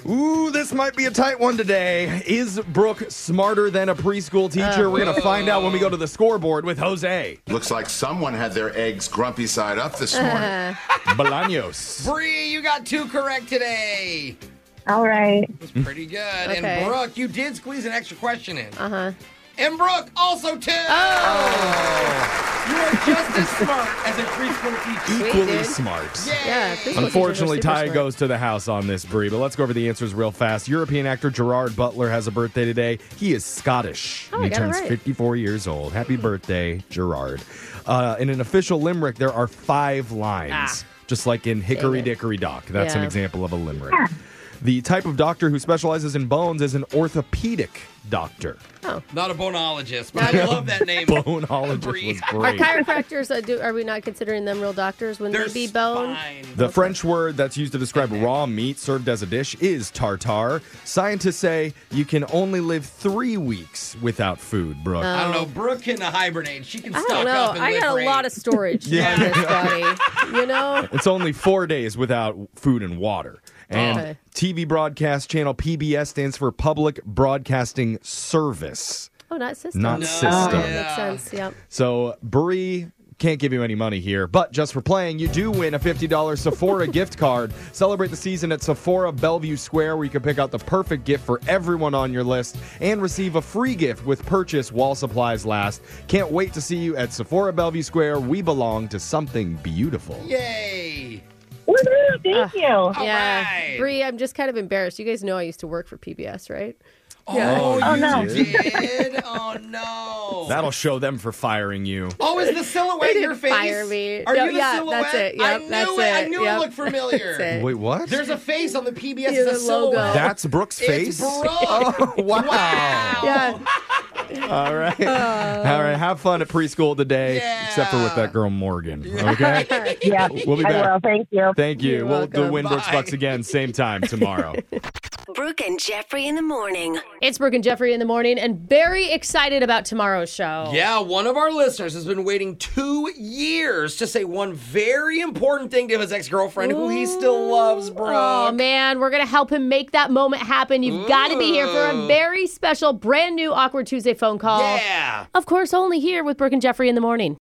Ooh, this might be a tight one today. Is Brooke smarter than a preschool teacher? We're going to find out when we go to the scoreboard with Jose.
Looks like someone had their eggs grumpy side up this morning.
Uh,
Bolaños.
Bree, you got two correct today.
All right.
Pretty good.
Okay.
And Brooke, you did squeeze an extra question in. Uh
huh.
And Brooke also two.
Oh.
You are just as smart as a preschool teacher.
Equally smart.
Yeah. preschool
Unfortunately,
teachers are
Ty
super smart.
goes to the house on this, Brie, but let's go over the answers real fast. European actor Gerard Butler has a birthday today. He is Scottish.
Oh,
and
I
he
got it
turns
right.
54 years old. Happy birthday, Gerard. Uh, in an official limerick, there are five lines,
Ah.
just like in Hickory
it.
Dickory Dock. That's an
Yeah.
example of a limerick. The type of doctor who specializes in bones is an orthopedic doctor.
Oh.
Not a bonologist, but I love that name.
Boneologist was
Are
great.
chiropractors? Uh, do, are we not considering them real doctors when they be bone?
The French word that's used to describe raw meat served as a dish is tartare. Scientists say you can only live three weeks without food, Brooke.
I don't know. Brooke can hibernate. She can
I
stock
don't know.
up and
I
live
got
for
a lot
eight.
of storage
Yeah.
on this body. You know.
It's only four days without food and water. And
Okay.
TV broadcast channel PBS stands for Public Broadcasting Service.
Oh, not system.
Not No. system.
Makes sense. Yep.
So, Bree. Can't give you any money here, but just for playing, you do win a $50 Sephora gift card. Celebrate the season at Sephora Bellevue Square, where you can pick out the perfect gift for everyone on your list and receive a free gift with purchase while supplies last. Can't wait to see you at Sephora Bellevue Square. We belong to something beautiful.
Yay!
Woohoo! Thank you.
Uh, yeah. Bree, I'm just kind of embarrassed. You guys know I used to work for PBS, right?
Oh, Oh, you no.
did? Oh, no.
That'll show them for firing you.
Oh, is the silhouette
They
your
didn't
face?
fire me.
Are
No,
you the
yeah,
silhouette?
that's it.
I
Yep,
knew
that's
it. I
it.
knew
Yep.
it looked familiar.
That's it.
Wait, what?
There's a face on the PBS
Yeah,
the
the logo.
silhouette.
That's Brooke's
It's
face?
Brooke.
Oh, wow.
Yeah.
All right.
Uh.
All right. Have fun at preschool today, except for with that girl Morgan. Okay.
yeah,
We'll be back.
I will. Thank you.
Thank you.
You're
we'll do
welcome.
Windows
Bye.
Bucks again, same time tomorrow.
Brooke and Jeffrey in the morning.
It's Brooke and Jeffrey in the morning, and very excited about tomorrow's show.
Yeah, one of our listeners has been waiting two years to say one very important thing to his ex girlfriend, who he still loves, bro.
Oh man, we're gonna help him make that moment happen. You've got to be here for a very special, brand new Awkward Tuesday phone call.
Yeah.
Of course, only here with Brooke and Jeffrey in the morning.